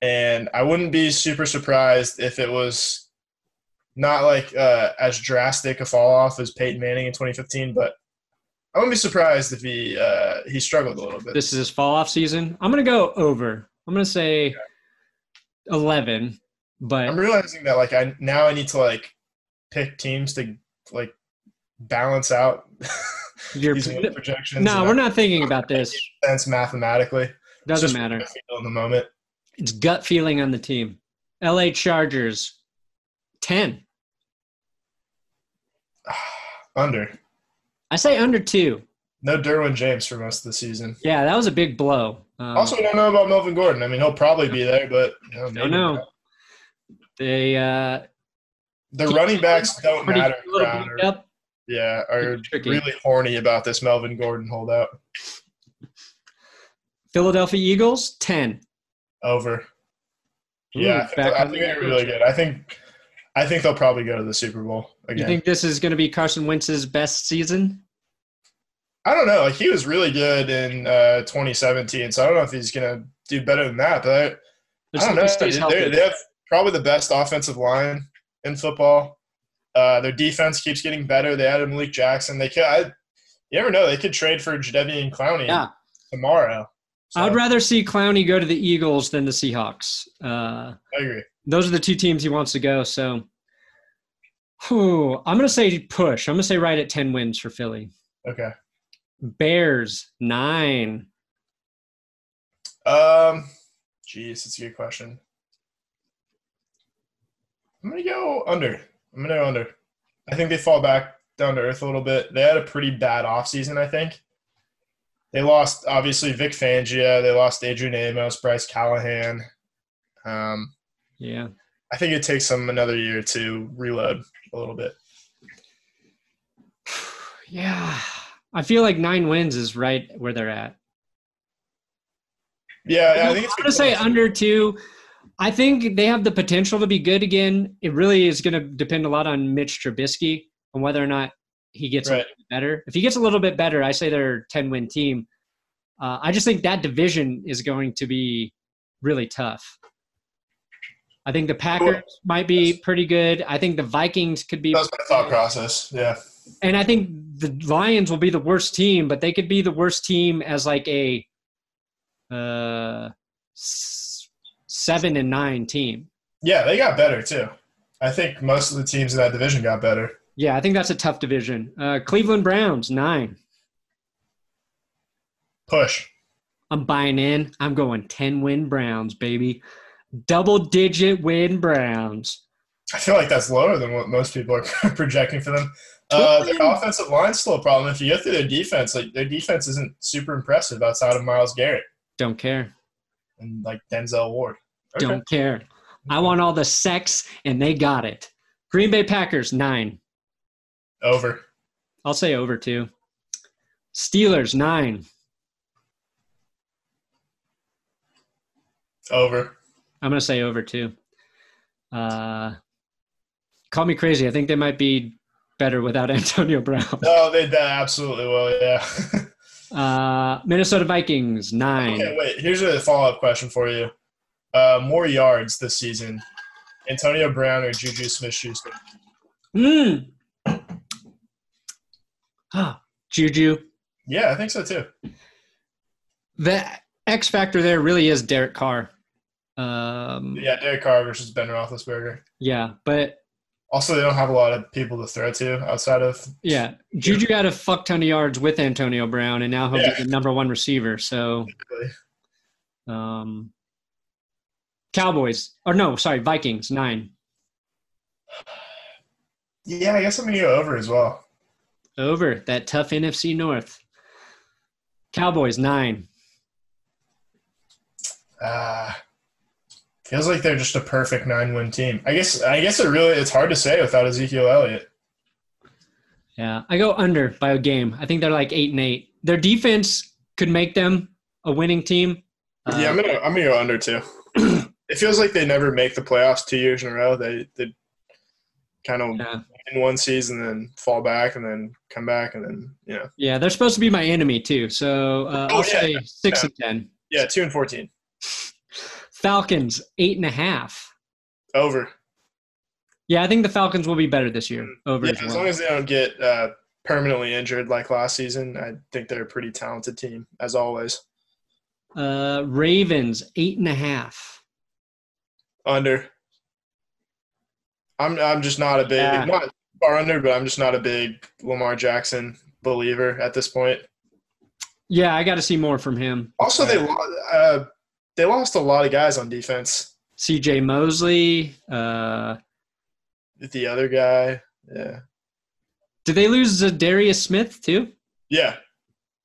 [SPEAKER 2] And I wouldn't be super surprised if it was not like uh, as drastic a fall off as Peyton Manning in 2015, but I wouldn't be surprised if he uh, he struggled a little bit.
[SPEAKER 1] This is his fall off season. I'm gonna go over. I'm gonna say eleven, but
[SPEAKER 2] I'm realizing that like I now I need to like pick teams to like balance out
[SPEAKER 1] your
[SPEAKER 2] these win projections.
[SPEAKER 1] no,
[SPEAKER 2] and
[SPEAKER 1] we're
[SPEAKER 2] that
[SPEAKER 1] not thinking about this.
[SPEAKER 2] Sense mathematically It's
[SPEAKER 1] Doesn't
[SPEAKER 2] just
[SPEAKER 1] matter.
[SPEAKER 2] what I feel in the moment.
[SPEAKER 1] It's gut feeling on the team. L.A. Chargers, ten.
[SPEAKER 2] Under
[SPEAKER 1] I say under two.
[SPEAKER 2] no Derwin James for most of the season.
[SPEAKER 1] Yeah, that was a big blow. Um,
[SPEAKER 2] Also, we don't know about Melvin Gordon. I mean, he'll probably be there, but you know, maybe
[SPEAKER 1] know.
[SPEAKER 2] not.
[SPEAKER 1] they uh,
[SPEAKER 2] The running backs don't
[SPEAKER 1] pretty
[SPEAKER 2] matter.
[SPEAKER 1] a little
[SPEAKER 2] Brown, or-
[SPEAKER 1] beat up.
[SPEAKER 2] yeah, are
[SPEAKER 1] Tricky.
[SPEAKER 2] really horny about this Melvin Gordon holdout.
[SPEAKER 1] Philadelphia Eagles, ten.
[SPEAKER 2] Over.
[SPEAKER 1] Ooh,
[SPEAKER 2] yeah, I think,
[SPEAKER 1] back
[SPEAKER 2] I
[SPEAKER 1] on
[SPEAKER 2] think
[SPEAKER 1] the
[SPEAKER 2] they're really good. I think, I think they'll probably go to the Super Bowl
[SPEAKER 1] You
[SPEAKER 2] again.
[SPEAKER 1] think this is going to be Carson Wentz's best season?
[SPEAKER 2] I don't know. Like he was really good in uh, 2017, so I don't know if he's gonna do better than that. But I, I don't know.
[SPEAKER 1] Just stays
[SPEAKER 2] They- They,
[SPEAKER 1] healthy.
[SPEAKER 2] they have probably the best offensive line in football. Uh, their defense keeps getting better. They added Malik Jackson. They could. I, you never know. They could trade for Jadevian Clowney
[SPEAKER 1] Yeah.
[SPEAKER 2] tomorrow. So,
[SPEAKER 1] I'd rather see Clowney go to the Eagles than the Seahawks. Uh,
[SPEAKER 2] I agree.
[SPEAKER 1] those are the two teams he wants to go. So, Whew, I'm going to say push. I'm going to say right at 10 wins for Philly.
[SPEAKER 2] Okay.
[SPEAKER 1] Bears, nine.
[SPEAKER 2] Um, geez, it's a good question. I'm gonna go under. I'm gonna go under. I think they fall back down to earth a little bit. They had a pretty bad offseason, I think. They lost obviously Vic Fangio. They lost Adrian Amos, Bryce Callahan. Um,
[SPEAKER 1] Yeah.
[SPEAKER 2] I think it takes them another year to reload a little bit.
[SPEAKER 1] Yeah. I feel like nine wins is right where they're at.
[SPEAKER 2] Yeah, yeah, I
[SPEAKER 1] I'm
[SPEAKER 2] think it's
[SPEAKER 1] going to say under two. I think they have the potential to be good again. It really is going to depend a lot on Mitch Trubisky and whether or not he gets a
[SPEAKER 2] Right.
[SPEAKER 1] little bit better. If he gets a little bit better, I say they're a 10 win team. Uh, I just think that division is going to be really tough. I think the Packers might be pretty good. I think the Vikings could be,
[SPEAKER 2] That's my thought process. Yeah.
[SPEAKER 1] and I think the Lions will be the worst team, but they could be the worst team as like a uh, s- seven and nine team.
[SPEAKER 2] Yeah, they got better too. I think most of the teams in that division got better.
[SPEAKER 1] Yeah, I think that's a tough division. Uh, Cleveland Browns, nine.
[SPEAKER 2] Push.
[SPEAKER 1] I'm buying in. I'm going 10 win Browns, baby. Double digit win Browns.
[SPEAKER 2] I feel like that's lower than what most people are projecting for them. Uh, their offensive line's still a problem. If you go through their defense, like their defense isn't super impressive outside of Miles Garrett
[SPEAKER 1] Don't care.
[SPEAKER 2] and like Denzel Ward.
[SPEAKER 1] Don't care. I want all the sex, and they got it. Green Bay Packers, nine.
[SPEAKER 2] Over.
[SPEAKER 1] I'll say over two. Steelers, nine.
[SPEAKER 2] Over.
[SPEAKER 1] I'm going to say over two. Uh, call me crazy. I think they might be better without Antonio Brown.
[SPEAKER 2] No, Oh, they, they absolutely will, yeah.
[SPEAKER 1] Uh, Minnesota Vikings, nine.
[SPEAKER 2] okay, wait. Here's a follow up question for you uh, More yards this season Antonio Brown or Juju Smith Schuster?
[SPEAKER 1] Mm. Ah, Juju.
[SPEAKER 2] Yeah, I think so too.
[SPEAKER 1] The X factor there really is Derek Carr. Um, yeah.
[SPEAKER 2] Yeah, Derek Carr versus Ben Roethlisberger.
[SPEAKER 1] but
[SPEAKER 2] Also, they don't have a lot of people to throw to outside of
[SPEAKER 1] yeah, Juju got a fuck ton of yards with Antonio Brown, and now he'll
[SPEAKER 2] Yeah.
[SPEAKER 1] be the number one receiver. So, um, Cowboys or no, sorry, Vikings nine
[SPEAKER 2] Yeah, I guess I'm going to go over as well.
[SPEAKER 1] over that tough NFC North. Cowboys nine.
[SPEAKER 2] Uh, feels like they're just a perfect nine-win team. I guess. I guess it really. It's hard to say without Ezekiel Elliott.
[SPEAKER 1] Yeah, I go under by a game. I think they're like eight and eight. Their defense could make them a winning team. Uh,
[SPEAKER 2] yeah, I'm gonna. I'm gonna go under too. it feels like they never make the playoffs two years in a row. They. they kind of
[SPEAKER 1] Yeah.
[SPEAKER 2] in one season, then fall back, and then come back, and then yeah,
[SPEAKER 1] Yeah, they're supposed to be my enemy too. So uh,
[SPEAKER 2] Oh,
[SPEAKER 1] I'll
[SPEAKER 2] yeah,
[SPEAKER 1] say six
[SPEAKER 2] yeah.
[SPEAKER 1] and ten.
[SPEAKER 2] yeah, two and fourteen
[SPEAKER 1] Falcons eight and a half.
[SPEAKER 2] over.
[SPEAKER 1] Yeah, I think the Falcons will be better this year. Over
[SPEAKER 2] Mm. Yeah,
[SPEAKER 1] as
[SPEAKER 2] as
[SPEAKER 1] well.
[SPEAKER 2] long as they don't get uh, permanently injured like last season, I think they're a pretty talented team as always.
[SPEAKER 1] uh, Ravens eight and a half.
[SPEAKER 2] Under. I'm I'm just not a big
[SPEAKER 1] Yeah.
[SPEAKER 2] not far under, but I'm just not a big Lamar Jackson believer at this point.
[SPEAKER 1] Yeah, I got to see more from him.
[SPEAKER 2] Also, they lo- uh, they lost a lot of guys on defense.
[SPEAKER 1] C.J. Mosley. Uh,
[SPEAKER 2] The other guy, yeah,
[SPEAKER 1] did they lose Darius Smith too?
[SPEAKER 2] yeah,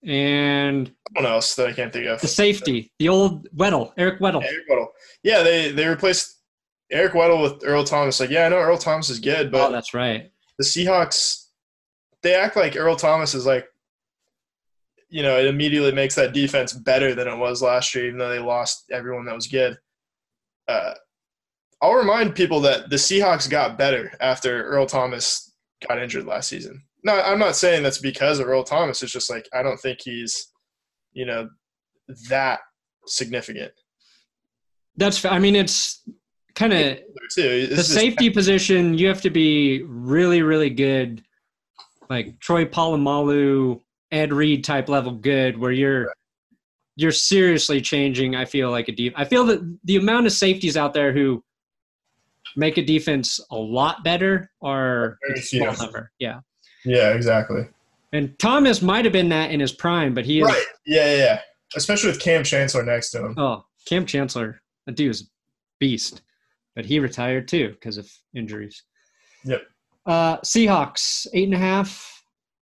[SPEAKER 1] And
[SPEAKER 2] someone else that I can't think of.
[SPEAKER 1] the safety, the old Weddle, Eric Weddle.
[SPEAKER 2] Yeah, Eric Weddle. Yeah, they they replaced Eric Weddle with Earl Thomas. Like, yeah, I know Earl Thomas is good,
[SPEAKER 1] oh,
[SPEAKER 2] but
[SPEAKER 1] that's right.
[SPEAKER 2] the Seahawks, they act like Earl Thomas is like, you know, it immediately makes that defense better than it was last year, even though they lost everyone that was good. Uh, I'll remind people that the Seahawks got better after Earl Thomas got injured last season. No, I'm not saying that's because of Earl Thomas. It's just like I don't think he's, you know, that significant.
[SPEAKER 1] That's. fa- I mean, it's kind of
[SPEAKER 2] Too. It's
[SPEAKER 1] the
[SPEAKER 2] just-
[SPEAKER 1] safety position. You have to be really, really good, like Troy Polamalu, Ed Reed type level good, where you're you're seriously changing. I feel like a deep. I feel that the amount of safeties out there who make a defense a lot better are
[SPEAKER 2] Very
[SPEAKER 1] a small
[SPEAKER 2] few.
[SPEAKER 1] number. Yeah.
[SPEAKER 2] Yeah, exactly.
[SPEAKER 1] And Thomas might have been that in his prime, but he is.
[SPEAKER 2] Right. Yeah, yeah, yeah. Especially with Cam Chancellor next to him.
[SPEAKER 1] Oh, Cam Chancellor, that dude is a beast, but he retired too because of injuries.
[SPEAKER 2] Yep.
[SPEAKER 1] Uh, Seahawks eight and a half.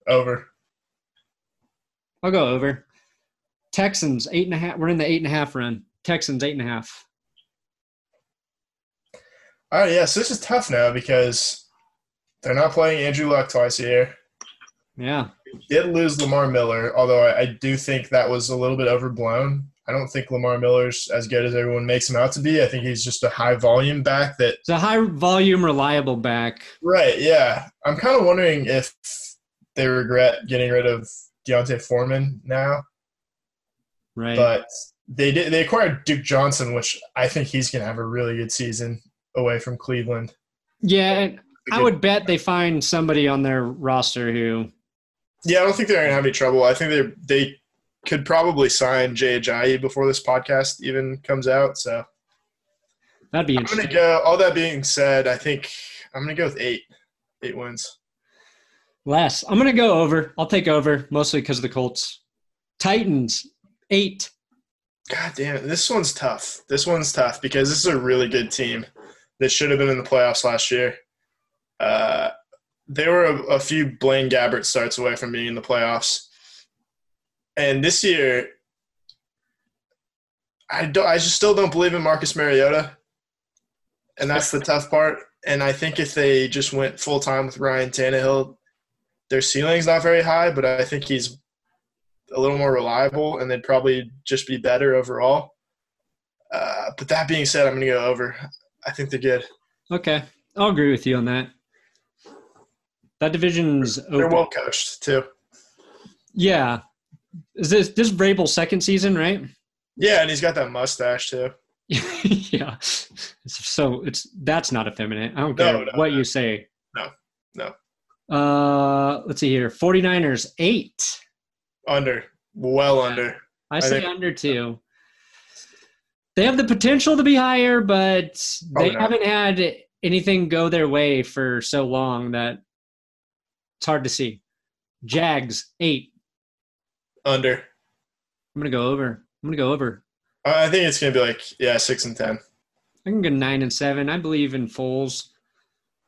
[SPEAKER 2] Over.
[SPEAKER 1] I'll go over. Texans eight and a half. We're in the eight and a half run. Texans eight and a half.
[SPEAKER 2] All right, yeah. So this is tough now because they're not playing Andrew Luck twice a year.
[SPEAKER 1] Yeah,
[SPEAKER 2] Did lose Lamar Miller, although I, I do think that was a little bit overblown. I don't think Lamar Miller's as good as everyone makes him out to be. I think he's just a high volume back that.
[SPEAKER 1] it's a high volume, reliable back.
[SPEAKER 2] Right. Yeah. I'm kind of wondering if they regret getting rid of Deontay Foreman now,
[SPEAKER 1] Right.
[SPEAKER 2] but they did. They acquired Duke Johnson, which I think he's going to have a really good season away from Cleveland.
[SPEAKER 1] yeah, and I
[SPEAKER 2] Good-
[SPEAKER 1] would bet they find somebody on their roster who.
[SPEAKER 2] Yeah, I don't think they're gonna have any trouble. I think they they could probably sign Jay Ajayi before this podcast even comes out. So
[SPEAKER 1] That'd be
[SPEAKER 2] I'm gonna
[SPEAKER 1] interesting.
[SPEAKER 2] go. All that being said, I think I'm gonna go with eight, eight wins.
[SPEAKER 1] Less. I'm gonna go over. I'll take over mostly because of the Colts. Titans eight.
[SPEAKER 2] God damn, it. this one's tough. This one's tough because this is a really good team that should have been in the playoffs last year. Uh, they were a, a few Blaine Gabbert starts away from being in the playoffs, and this year, I don't. I just still don't believe in Marcus Mariota, and that's the tough part. And I think if they just went full time with Ryan Tannehill, their ceiling's not very high, but I think he's a little more reliable and they'd probably just be better overall. Uh, but that being said, I'm going to go over. I think they're good.
[SPEAKER 1] Okay, I'll agree with you on that. That division's
[SPEAKER 2] They're
[SPEAKER 1] open.
[SPEAKER 2] well coached too.
[SPEAKER 1] yeah, is this this Vrabel's second season, right?
[SPEAKER 2] Yeah, and he's got that mustache too.
[SPEAKER 1] yeah. It's so it's that's not effeminate. I don't
[SPEAKER 2] No,
[SPEAKER 1] care
[SPEAKER 2] no,
[SPEAKER 1] what
[SPEAKER 2] no.
[SPEAKER 1] you say.
[SPEAKER 2] No, no.
[SPEAKER 1] Uh, let's see here. 49ers eight.
[SPEAKER 2] Under, well under.
[SPEAKER 1] I say
[SPEAKER 2] think-
[SPEAKER 1] under two. They have the potential to be higher, but they
[SPEAKER 2] Probably not.
[SPEAKER 1] haven't had anything go their way for so long that it's hard to see. Jags eight.
[SPEAKER 2] Under.
[SPEAKER 1] I'm gonna go over. I'm gonna go over.
[SPEAKER 2] I I think it's going to be like yeah, six and ten.
[SPEAKER 1] I can go nine and seven. I believe in Foles.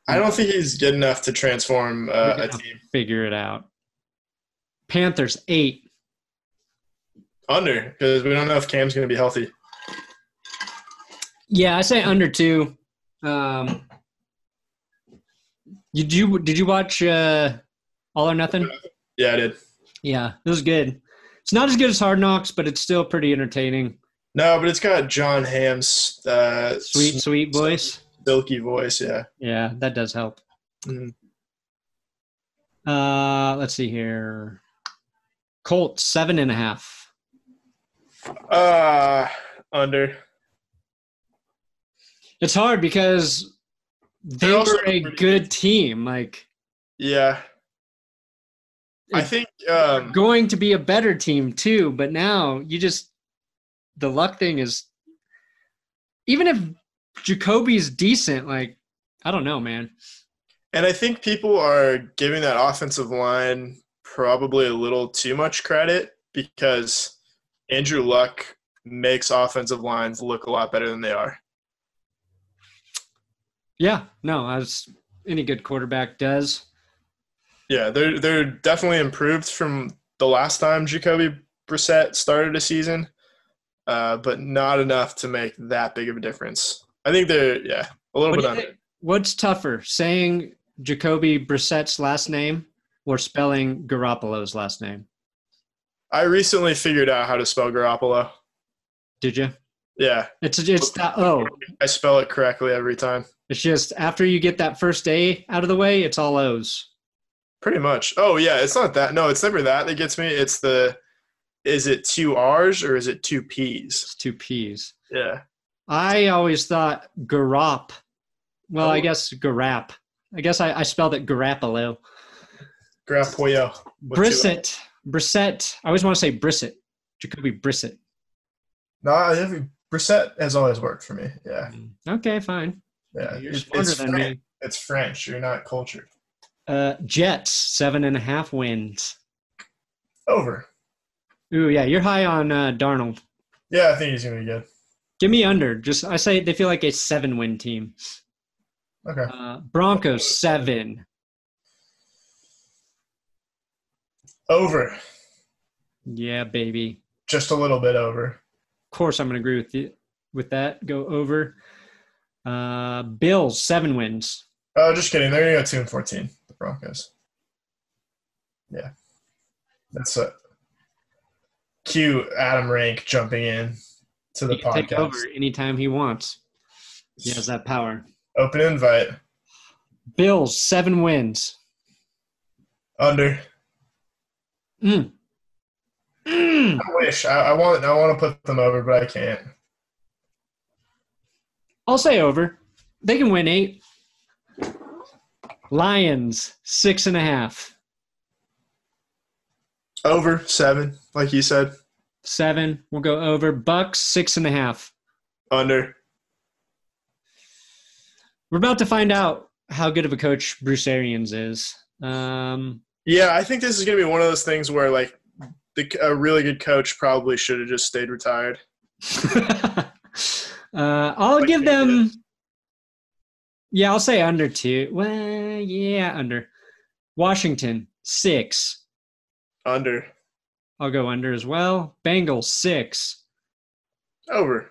[SPEAKER 2] I don't think he's good enough to transform uh, a team.
[SPEAKER 1] Figure it out. Panthers eight.
[SPEAKER 2] Under because we don't know if Cam's going to be healthy.
[SPEAKER 1] Yeah, I say under two. Um, did you did you watch uh, All or Nothing?
[SPEAKER 2] Yeah, I did.
[SPEAKER 1] Yeah, it was good. It's not as good as Hard Knocks, but it's still pretty entertaining.
[SPEAKER 2] No, but it's got John Ham's uh,
[SPEAKER 1] Sweet, sweet voice.
[SPEAKER 2] silky voice. Yeah.
[SPEAKER 1] Yeah, that does help.
[SPEAKER 2] Mm-hmm.
[SPEAKER 1] Uh, let's see here. Colts seven and a half.
[SPEAKER 2] Uh, under.
[SPEAKER 1] It's hard because they
[SPEAKER 2] They're also
[SPEAKER 1] were a
[SPEAKER 2] pretty good.
[SPEAKER 1] good team. Like
[SPEAKER 2] Yeah. I
[SPEAKER 1] If-
[SPEAKER 2] think um,
[SPEAKER 1] going to be a better team too, but now you just the luck thing is even if Jacoby's decent, like I don't know, man.
[SPEAKER 2] And I think people are giving that offensive line probably a little too much credit because Andrew Luck makes offensive lines look a lot better than they are.
[SPEAKER 1] Yeah, no, as any good quarterback does.
[SPEAKER 2] Yeah, they're they're definitely improved from the last time Jacoby Brissett started a season, uh, but not enough to make that big of a difference. I think they're yeah a little
[SPEAKER 1] What do
[SPEAKER 2] bit
[SPEAKER 1] you
[SPEAKER 2] under.
[SPEAKER 1] think- What's tougher, saying Jacoby Brissett's last name or spelling Garoppolo's last name?
[SPEAKER 2] I recently figured out how to spell Garoppolo.
[SPEAKER 1] Did you?
[SPEAKER 2] Yeah,
[SPEAKER 1] It's it's the O.
[SPEAKER 2] I spell it correctly every time.
[SPEAKER 1] It's just after you get that first A out of the way, it's all O's.
[SPEAKER 2] Pretty much. Oh yeah, it's not that. No, it's never that that gets me. It's the is it two R's or is it two P's?
[SPEAKER 1] It's two P's.
[SPEAKER 2] Yeah.
[SPEAKER 1] I always thought Garop. Well, I
[SPEAKER 2] Oh.
[SPEAKER 1] guess Garap. I guess I, I spelled it Garoppolo.
[SPEAKER 2] Grappoyo. With two
[SPEAKER 1] Brissett. Brissett. I always want to say Brissett. Jacoby Brissett.
[SPEAKER 2] No, I- every Brissett has always worked for me. Yeah.
[SPEAKER 1] Okay, fine.
[SPEAKER 2] Yeah.
[SPEAKER 1] You're
[SPEAKER 2] It-
[SPEAKER 1] smarter
[SPEAKER 2] it's,
[SPEAKER 1] than
[SPEAKER 2] French.
[SPEAKER 1] me.
[SPEAKER 2] it's French. You're not cultured.
[SPEAKER 1] Uh, Jets, seven and a half wins.
[SPEAKER 2] Over.
[SPEAKER 1] Ooh, yeah, you're high on uh, Darnold.
[SPEAKER 2] Yeah, I think he's gonna be good.
[SPEAKER 1] Give me under. Just I say they feel like a seven-win team.
[SPEAKER 2] Okay.
[SPEAKER 1] Uh, Broncos seven.
[SPEAKER 2] Over.
[SPEAKER 1] Yeah, baby.
[SPEAKER 2] Just a little bit over.
[SPEAKER 1] Of course, I'm going to agree with you with that. Go over. Uh, Bills seven wins.
[SPEAKER 2] Oh, just kidding. They're gonna go two and fourteen. The Broncos. Yeah. That's a cue Adam Rank jumping in to the
[SPEAKER 1] He can
[SPEAKER 2] podcast.
[SPEAKER 1] take over anytime he wants. He has that power.
[SPEAKER 2] Open invite.
[SPEAKER 1] Bills seven wins.
[SPEAKER 2] Under.
[SPEAKER 1] Mm. Mm.
[SPEAKER 2] I wish. I, I want. I want to put them over, but I can't.
[SPEAKER 1] I'll say over. They can win eight. Lions six and a half.
[SPEAKER 2] Over seven, like you said.
[SPEAKER 1] Seven. We'll go over. Bucks six and a half.
[SPEAKER 2] Under.
[SPEAKER 1] We're about to find out how good of a coach Bruce Arians is. Um,
[SPEAKER 2] Yeah, I think this is gonna be one of those things where like the, a really good coach probably should have just stayed retired.
[SPEAKER 1] uh, I'll
[SPEAKER 2] Like
[SPEAKER 1] give
[SPEAKER 2] they
[SPEAKER 1] them. Yeah, I'll say under two. Well, yeah, under. Washington six.
[SPEAKER 2] Under.
[SPEAKER 1] I'll go under as well. Bengals six.
[SPEAKER 2] Over.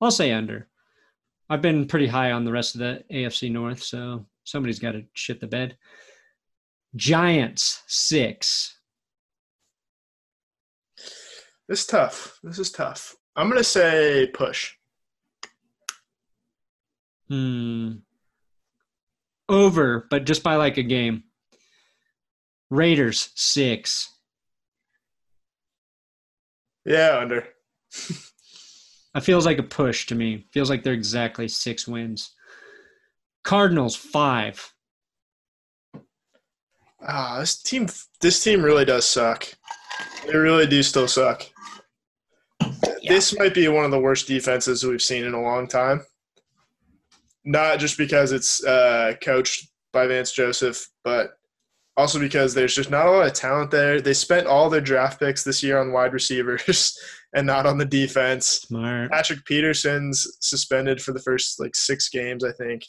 [SPEAKER 1] I'll say under. I've been pretty high on the rest of the AFC North, so somebody's got to shit the bed. Giants six.
[SPEAKER 2] This is tough. This is tough. I'm gonna say push.
[SPEAKER 1] Hmm. Over, but just by like a game. Raiders six.
[SPEAKER 2] Yeah, under.
[SPEAKER 1] It feels like a push to me. Feels like they're exactly six wins. Cardinals five.
[SPEAKER 2] Ah, this team. This team really does suck. They really do still suck. This might be one of the worst defenses we've seen in a long time. Not just because it's uh, coached by Vance Joseph, but also because there's just not a lot of talent there. They spent all their draft picks this year on wide receivers and not on the defense.
[SPEAKER 1] Smart.
[SPEAKER 2] Patrick Peterson's suspended for the first like six games, I think.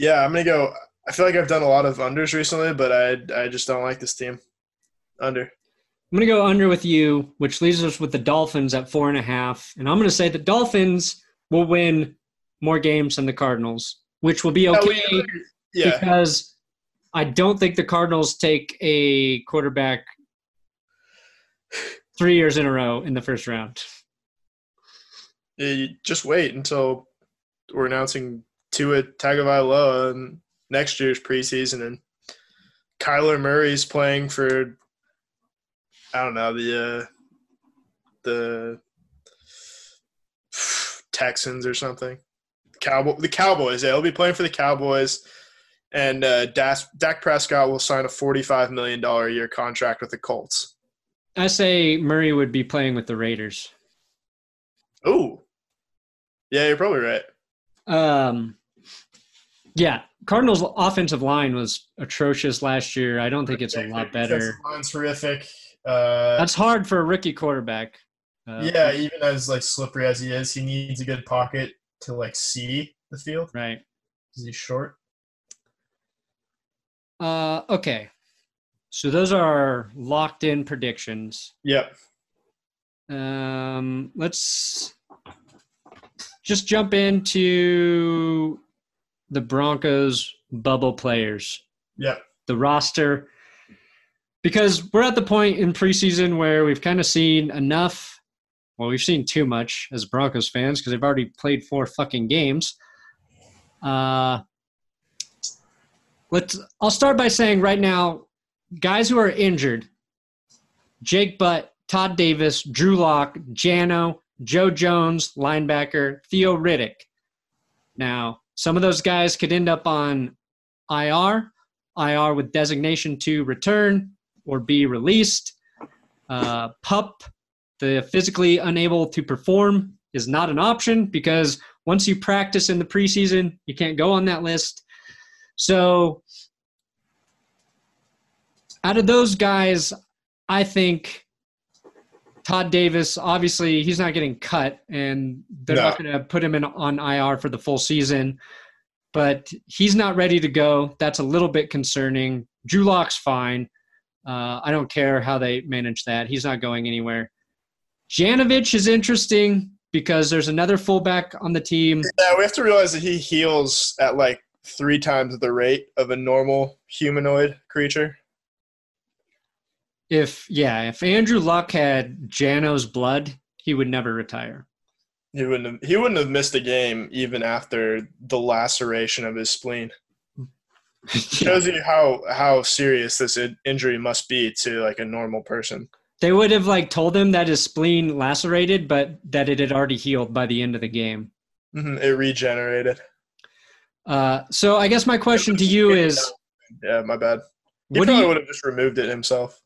[SPEAKER 2] Yeah, I'm gonna go. I feel like I've done a lot of unders recently, but I I just don't like this team. Under.
[SPEAKER 1] I'm gonna go under with you, which leaves us with the Dolphins at four and a half. And I'm gonna say the Dolphins will win more games than the Cardinals, which will be
[SPEAKER 2] Yeah,
[SPEAKER 1] okay
[SPEAKER 2] we- yeah,
[SPEAKER 1] because I don't think the Cardinals take a quarterback three years in a row in the first round.
[SPEAKER 2] you- just wait until we're announcing two at Tagovailoa in next year's preseason, and Kyler Murray's playing for I don't know the uh, the Texans or something. Cowboy, the Cowboys. Yeah, he'll be playing for the Cowboys, and uh, Das- Dak Prescott will sign a forty-five million dollar a year contract with the Colts.
[SPEAKER 1] I say Murray would be playing with the Raiders.
[SPEAKER 2] Ooh, yeah, you're probably right.
[SPEAKER 1] Um, yeah, Cardinals' offensive line was atrocious last year. I don't think it's a lot better.
[SPEAKER 2] Line's horrific. Uh,
[SPEAKER 1] That's hard for a rookie quarterback. Uh,
[SPEAKER 2] yeah, even as like slippery as he is, he needs a good pocket to like see the field.
[SPEAKER 1] Right.
[SPEAKER 2] He's short.
[SPEAKER 1] Uh, okay. So those are our locked in predictions.
[SPEAKER 2] Yep.
[SPEAKER 1] Um, let's just jump into the Broncos bubble players,
[SPEAKER 2] Yep.
[SPEAKER 1] the roster, because we're at the point in preseason where we've kind of seen enough. Well, we've seen too much as Broncos fans because they've already played four fucking games. Uh, let's. I'll start by saying right now, guys who are injured: Jake Butt, Todd Davis, Drew Lock, Jano, Joe Jones, linebacker Theo Riddick. Now, some of those guys could end up on IR, IR with designation to return or be released. Uh, PUP, the physically unable to perform, is not an option because once you practice in the preseason, you can't go on that list. So, out of those guys, I think Todd Davis, obviously, he's not getting cut, and they're
[SPEAKER 2] No.
[SPEAKER 1] not going to put him in on IR for the full season. But he's not ready to go. That's a little bit concerning. Drew Lock's fine. Uh, I don't care how they manage that. He's not going anywhere. Janovich is interesting because there's another fullback on the team.
[SPEAKER 2] Yeah, we have to realize that he heals at like three times the rate of a normal humanoid creature.
[SPEAKER 1] If yeah, if Andrew Luck had Jano's blood, he would never retire.
[SPEAKER 2] He wouldn't have, he wouldn't have missed a game even after the laceration of his spleen. Shows you how how serious this in- injury must be to like a normal person.
[SPEAKER 1] They would have like told him that his spleen lacerated, but that it had already healed by the end of the game.
[SPEAKER 2] Mhm, It regenerated.
[SPEAKER 1] Uh, so I guess my question to you is,
[SPEAKER 2] Yeah, my bad. He
[SPEAKER 1] what do
[SPEAKER 2] probably
[SPEAKER 1] you
[SPEAKER 2] would have just removed it himself.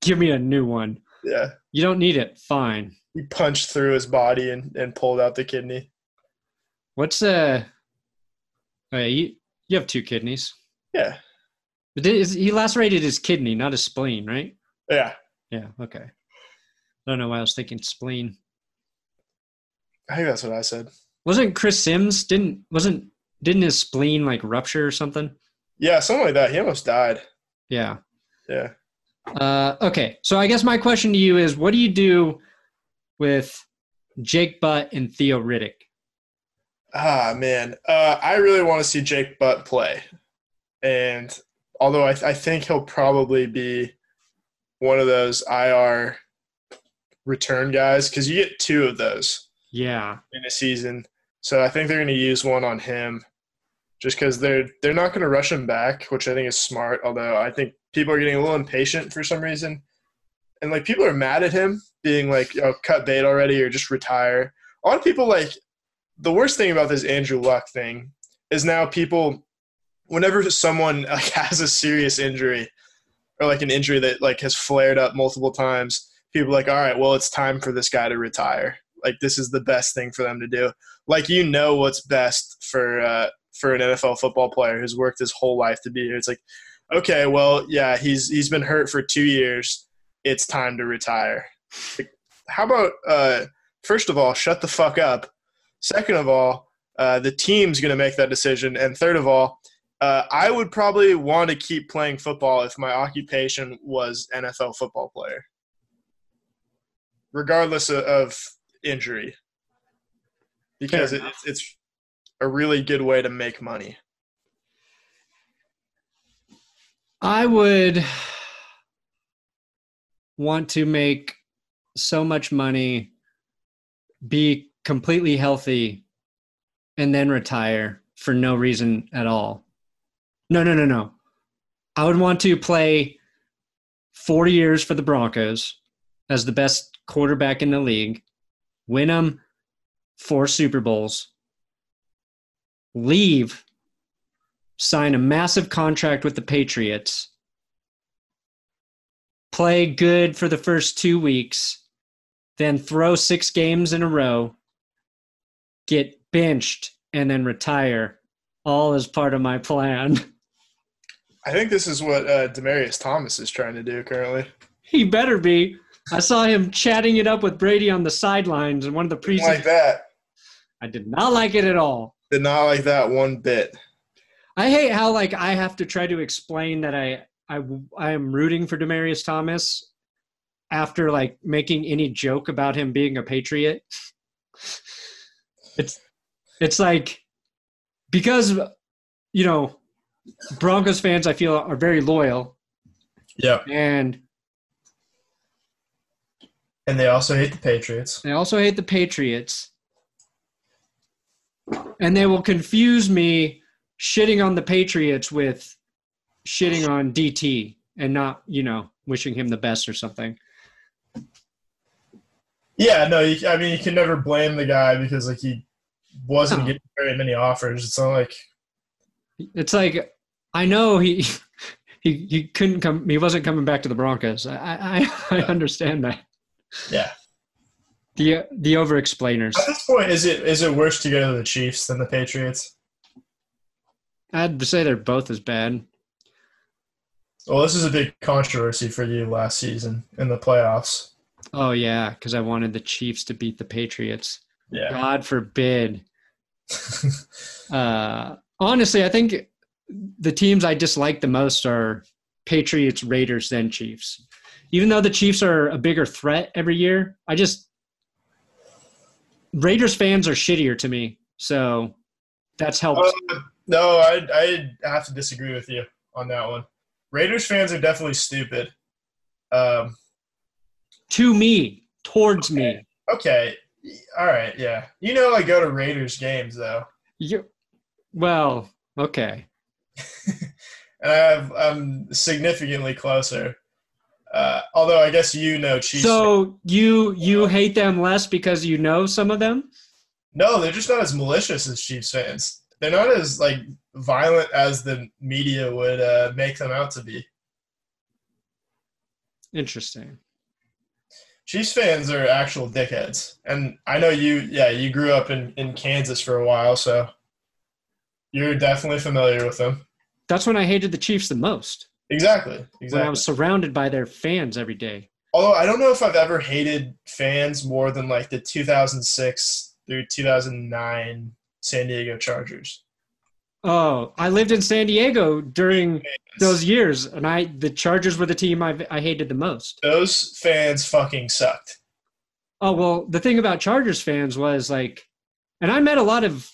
[SPEAKER 1] give me a new one?
[SPEAKER 2] Yeah.
[SPEAKER 1] You don't need it. Fine.
[SPEAKER 2] He punched through his body and, and pulled out the kidney.
[SPEAKER 1] What's uh? Oh, yeah, you you have two kidneys.
[SPEAKER 2] Yeah.
[SPEAKER 1] But did- is- he lacerated his kidney, not his spleen, right?
[SPEAKER 2] Yeah.
[SPEAKER 1] Yeah. Okay. I don't know why I was thinking spleen.
[SPEAKER 2] I think that's what I said.
[SPEAKER 1] Wasn't Chris Sims? Didn't wasn't didn't his spleen like rupture or something?
[SPEAKER 2] Yeah, something like that. He almost died.
[SPEAKER 1] Yeah.
[SPEAKER 2] Yeah.
[SPEAKER 1] Uh, okay, so I guess my question to you is, what do you do with Jake Butt and Theo Riddick?
[SPEAKER 2] Ah, man. Uh, I really want to see Jake Butt play. And although I, I think he'll probably be one of those IR return guys, because you get two of those
[SPEAKER 1] Yeah,
[SPEAKER 2] in a season. So I think they're going to use one on him just because they're, they're not going to rush him back, which I think is smart. Although I think people are getting a little impatient for some reason. And like people are mad at him being like, oh, cut bait already or just retire. A lot of people like the worst thing about this Andrew Luck thing is now people, whenever someone like has a serious injury or like an injury that like has flared up multiple times, people are like, all right, well, it's time for this guy to retire. Like this is the best thing for them to do. Like you know what's best for uh, for an NFL football player who's worked his whole life to be here. It's like, okay, well, yeah, he's he's been hurt for two years. It's time to retire. Like, how about uh, first of all, shut the fuck up. Second of all, uh, the team's going to make that decision. And third of all, uh, I would probably want to keep playing football if my occupation was NFL football player, regardless of, of injury, because
[SPEAKER 1] Fair
[SPEAKER 2] it, it's a really good way to make money.
[SPEAKER 1] I would want to make so much money, be completely healthy, and then retire for no reason at all. No, no, no, no. I would want to play four years for the Broncos as the best quarterback in the league, win them four Super Bowls, leave, sign a massive contract with the Patriots, play good for the first two weeks, then throw six games in a row, get benched, and then retire. All as part of my plan.
[SPEAKER 2] I think this is what uh, Demarius Thomas is trying to do currently.
[SPEAKER 1] He better be. I saw him chatting it up with Brady on the sidelines in one of the
[SPEAKER 2] Didn't
[SPEAKER 1] preseason.
[SPEAKER 2] like that.
[SPEAKER 1] I did not like it at all.
[SPEAKER 2] Did not like that one bit.
[SPEAKER 1] I hate how like I have to try to explain that I I I am rooting for Demarius Thomas after like making any joke about him being a patriot. It's it's like because you know Broncos fans I feel are very loyal
[SPEAKER 2] Yeah.
[SPEAKER 1] and
[SPEAKER 2] And they also hate the Patriots.
[SPEAKER 1] They also hate the Patriots. And they will confuse me shitting on the Patriots with shitting on DT and not, you know, wishing him the best or something.
[SPEAKER 2] Yeah, no, you, I mean you can never blame the guy because like he wasn't
[SPEAKER 1] No.
[SPEAKER 2] getting very many offers. It's not like
[SPEAKER 1] It's like I know he he he couldn't come he wasn't coming back to the Broncos. I I, I understand that.
[SPEAKER 2] yeah.
[SPEAKER 1] The the over explainers.
[SPEAKER 2] At this point, is it is it worse to go to the Chiefs than the Patriots?
[SPEAKER 1] I'd say they're both as bad.
[SPEAKER 2] Well, this is a big controversy for you last season in the playoffs.
[SPEAKER 1] Oh yeah, because I wanted the Chiefs to beat the Patriots.
[SPEAKER 2] Yeah.
[SPEAKER 1] God forbid. uh, honestly, I think the teams I dislike the most are Patriots, Raiders, then Chiefs. Even though the Chiefs are a bigger threat every year, I just Raiders fans are shittier to me. So that's helped.
[SPEAKER 2] Uh, no, I I have to disagree with you on that one. Raiders fans are definitely stupid. Um,
[SPEAKER 1] to me, towards me.
[SPEAKER 2] okay, all right, yeah. You know, I go to Raiders games though,
[SPEAKER 1] You, well, okay.
[SPEAKER 2] and I have, I'm significantly closer. Uh, although I guess you know Chiefs.
[SPEAKER 1] So you you hate them less because you know some of them?
[SPEAKER 2] No, they're just not as malicious as Chiefs fans. They're not as like violent as the media would uh, make them out to be.
[SPEAKER 1] Interesting.
[SPEAKER 2] Chiefs fans are actual dickheads, and I know you. Yeah, you grew up in in Kansas for a while, so you're definitely familiar with them.
[SPEAKER 1] That's when I hated the Chiefs the most.
[SPEAKER 2] Exactly.
[SPEAKER 1] when I
[SPEAKER 2] Exactly.
[SPEAKER 1] was surrounded by their fans every day.
[SPEAKER 2] Although I don't know if I've ever hated fans more than like the 2006 through 2009 San Diego Chargers.
[SPEAKER 1] Oh, I lived in San Diego during those years, and I the Chargers were the team I I hated the most.
[SPEAKER 2] Those fans fucking sucked.
[SPEAKER 1] Oh well, the thing about Chargers fans was like, and I met a lot of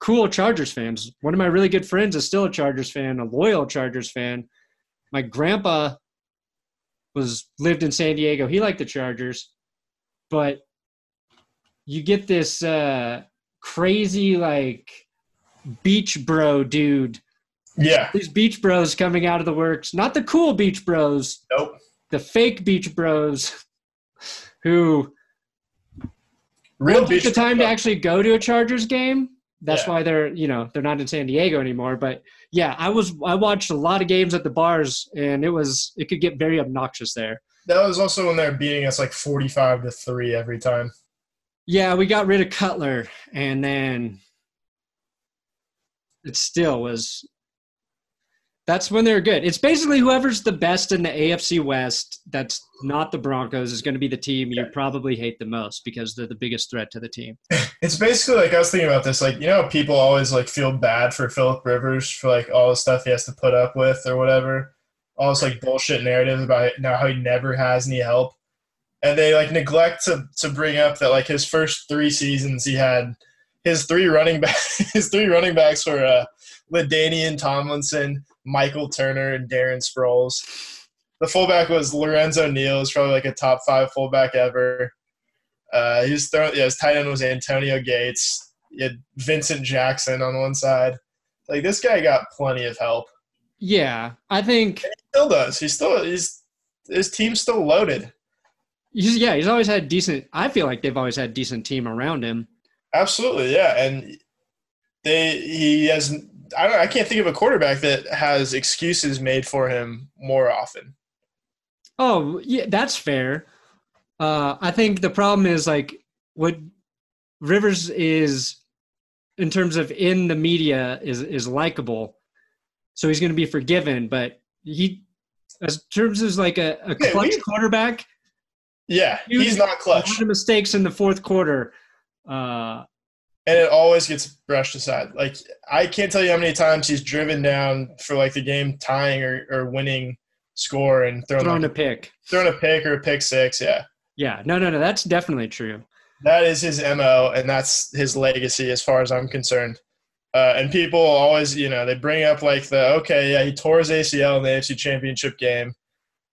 [SPEAKER 1] cool Chargers fans. One of my really good friends is still a Chargers fan, a loyal Chargers fan. My grandpa was lived in San Diego. He liked the Chargers, but you get this uh, crazy like beach bro dude
[SPEAKER 2] Yeah.
[SPEAKER 1] these beach bros coming out of the works not the cool beach bros
[SPEAKER 2] Nope.
[SPEAKER 1] the fake beach bros who
[SPEAKER 2] Real
[SPEAKER 1] took the
[SPEAKER 2] bitch-
[SPEAKER 1] time to actually go to a chargers game that's
[SPEAKER 2] Yeah.
[SPEAKER 1] why they're you know they're not in san diego anymore but yeah i was i watched a lot of games at the bars and it was it could get very obnoxious there
[SPEAKER 2] That was also when they were beating us like 45 to 3 every time.
[SPEAKER 1] yeah we got rid of cutler and then it still was that's when they're good it's basically whoever's the best in the afc west that's not the broncos is going to be the team you probably hate the most because they're the biggest threat to the team
[SPEAKER 2] It's basically like I was thinking about this like you know how people always like feel bad for Philip Rivers for like all the stuff he has to put up with or whatever. All this like bullshit narrative about now how he never has any help. And they like neglect to to bring up that like his first 3 seasons he had his three running back his three running backs were uh Ladanian Tomlinson, Michael Turner, and Darren Sproles. The fullback was Lorenzo Neal, is probably like a top five fullback ever. Uh, he was throwing, yeah, his tight end was Antonio Gates. you had Vincent Jackson on one side. Like this guy got plenty of help.
[SPEAKER 1] Yeah, I think
[SPEAKER 2] Still does. He's still he's his team's still loaded.
[SPEAKER 1] he's yeah he's always had decent. I feel like they've always had decent team around him.
[SPEAKER 2] Absolutely, yeah. And they he has I don't I can't think of a quarterback that has excuses made for him more often.
[SPEAKER 1] Oh yeah, that's fair. Uh, I think the problem is like what Rivers is in terms of in the media is is likable, so he's going to be forgiven. But he, as terms of like a, a
[SPEAKER 2] Yeah,
[SPEAKER 1] clutch
[SPEAKER 2] we-
[SPEAKER 1] quarterback,
[SPEAKER 2] Yeah, he's not
[SPEAKER 1] a
[SPEAKER 2] clutch.
[SPEAKER 1] lot of mistakes in the fourth quarter. Uh,
[SPEAKER 2] and it always gets brushed aside. Like I can't tell you how many times he's driven down for like the game tying or, or winning score and thrown
[SPEAKER 1] thrown
[SPEAKER 2] thrown
[SPEAKER 1] a
[SPEAKER 2] a,
[SPEAKER 1] pick.
[SPEAKER 2] thrown a pick or a pick six. Yeah,
[SPEAKER 1] Yeah, no, no, no. That's definitely true.
[SPEAKER 2] that is his mo, and that's his legacy as far as I'm concerned. Uh, and people always, you know, they bring up like the okay, yeah, he tore his ACL in the AFC Championship game,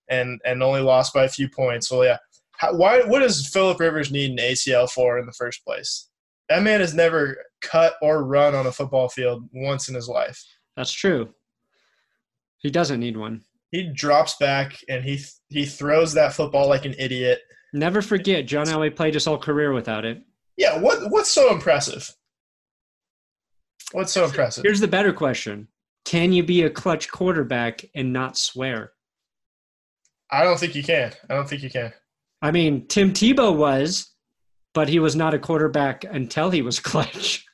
[SPEAKER 2] and and only lost by a few points. Well, yeah, how, why? What does Philip Rivers need an ACL for in the first place? That man has never cut or run on a football field once in his life.
[SPEAKER 1] That's true. He doesn't need one.
[SPEAKER 2] he drops back and he he throws that football like an idiot.
[SPEAKER 1] Never forget, John Elway played his whole career without it.
[SPEAKER 2] Yeah, what what's so impressive? What's so impressive?
[SPEAKER 1] Here's the better question: Can you be a clutch quarterback and not swear?
[SPEAKER 2] I don't think you can. I don't think you can.
[SPEAKER 1] I mean, Tim Tebow was, but he was not a quarterback until he was clutch.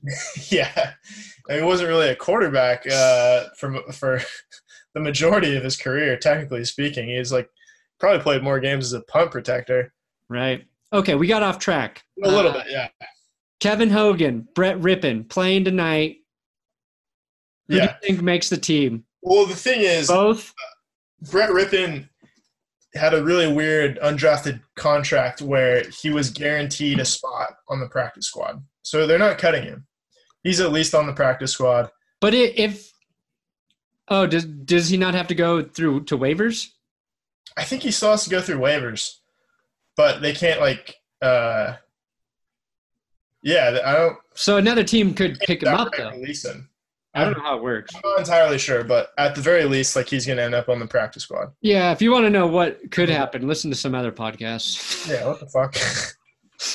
[SPEAKER 2] yeah, I mean, he wasn't really a quarterback uh, for for the majority of his career, technically speaking. He's like probably played more games as a punt protector.
[SPEAKER 1] Right. Okay, we got off track.
[SPEAKER 2] A little
[SPEAKER 1] Uh,
[SPEAKER 2] bit, yeah,
[SPEAKER 1] Kevin Hogan, Brett Rippon playing tonight. Who do
[SPEAKER 2] yeah.
[SPEAKER 1] you think makes the team?
[SPEAKER 2] Well, the thing is,
[SPEAKER 1] Both?
[SPEAKER 2] Brett Rippon had a really weird undrafted contract where he was guaranteed a spot on the practice squad. So they're not cutting him. He's at least on the practice squad.
[SPEAKER 1] But i if oh, does does he not have to go through to waivers?
[SPEAKER 2] I think he still has to go through waivers, but they can't like. uh Yeah, I don't.
[SPEAKER 1] So another team could pick him up
[SPEAKER 2] outright
[SPEAKER 1] though.
[SPEAKER 2] Release him.
[SPEAKER 1] I don't know how it works.
[SPEAKER 2] I'm not entirely sure, but at the very least, like he's going to end up on the practice squad.
[SPEAKER 1] Yeah, if you want to know what could happen, listen to some other podcasts.
[SPEAKER 2] Mm-hmm. Yeah, what the fuck?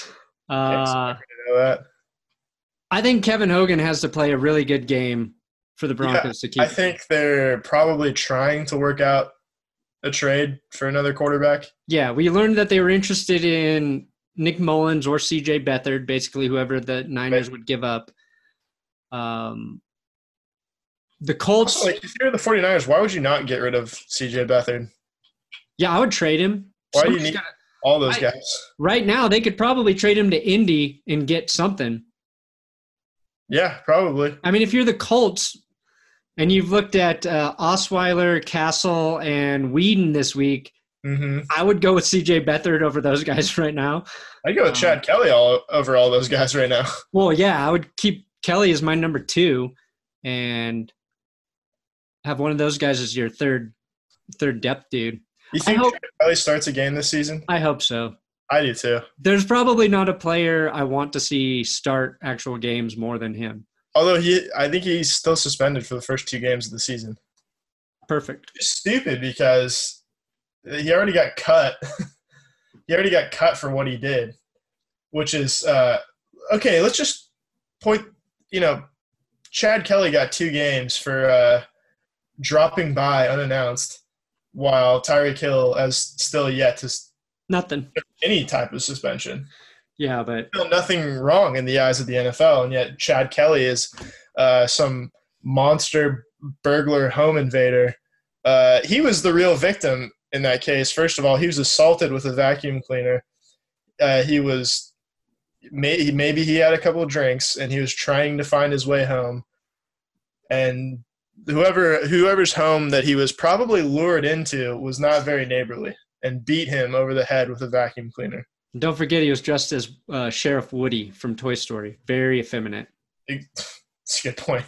[SPEAKER 1] Uh,
[SPEAKER 2] You know that.
[SPEAKER 1] I think Kevin Hogan has to play a really good game for the Broncos to keep.
[SPEAKER 2] I think they're probably trying to work out a trade for another quarterback.
[SPEAKER 1] Yeah, we learned that they were interested in Nick Mullins or CJ Beathard, basically whoever the Niners would give up. Um, the Colts,
[SPEAKER 2] Also, like, if you're the 49ers, why would you not get rid of CJ Beathard?
[SPEAKER 1] yeah, I would trade him.
[SPEAKER 2] Why do you
[SPEAKER 1] Somebody's
[SPEAKER 2] need-
[SPEAKER 1] gotta-
[SPEAKER 2] All those
[SPEAKER 1] I-
[SPEAKER 2] guys.
[SPEAKER 1] right now, they could probably trade him to Indy and get something.
[SPEAKER 2] Yeah, probably.
[SPEAKER 1] I mean, if you're the Colts and you've looked at uh, Osweiler, Castle, and Whedon this week,
[SPEAKER 2] hmm
[SPEAKER 1] I would go with CJ Beathard over those guys right now.
[SPEAKER 2] I'd
[SPEAKER 1] Um,
[SPEAKER 2] go with Chad Kelly all over all those guys right now.
[SPEAKER 1] Well, yeah, I would keep Kelly as my number two and have one of those guys as your third third depth dude.
[SPEAKER 2] You
[SPEAKER 1] I
[SPEAKER 2] think
[SPEAKER 1] hope
[SPEAKER 2] Chad Kelly starts a game this season?
[SPEAKER 1] I hope so.
[SPEAKER 2] I do too.
[SPEAKER 1] There's probably not a player I want to see start actual games more than him.
[SPEAKER 2] Although he, I think he's still suspended for the first two games of the season.
[SPEAKER 1] Perfect.
[SPEAKER 2] It's stupid because he already got cut. he already got cut for what he did, which is uh, okay. Let's just point. You know, Chad Kelly got two games for uh, dropping by unannounced, while Tyreek Hill has still yet to s-
[SPEAKER 1] Nothing.
[SPEAKER 2] any type of suspension.
[SPEAKER 1] Yeah, but
[SPEAKER 2] Still nothing wrong in the eyes of the NFL, and yet Chad Kelly is uh, some monster burglar home invader. Uh, he was the real victim in that case. First of all, he was assaulted with a vacuum cleaner. Uh, he was may, maybe he had a couple of drinks and he was trying to find his way home. And whoever whoever's home that he was probably lured into was not very neighborly and beat him over the head with a vacuum cleaner.
[SPEAKER 1] don't forget he was dressed as uh, Sheriff Woody from Toy Story. Very effeminate.
[SPEAKER 2] It's a good point.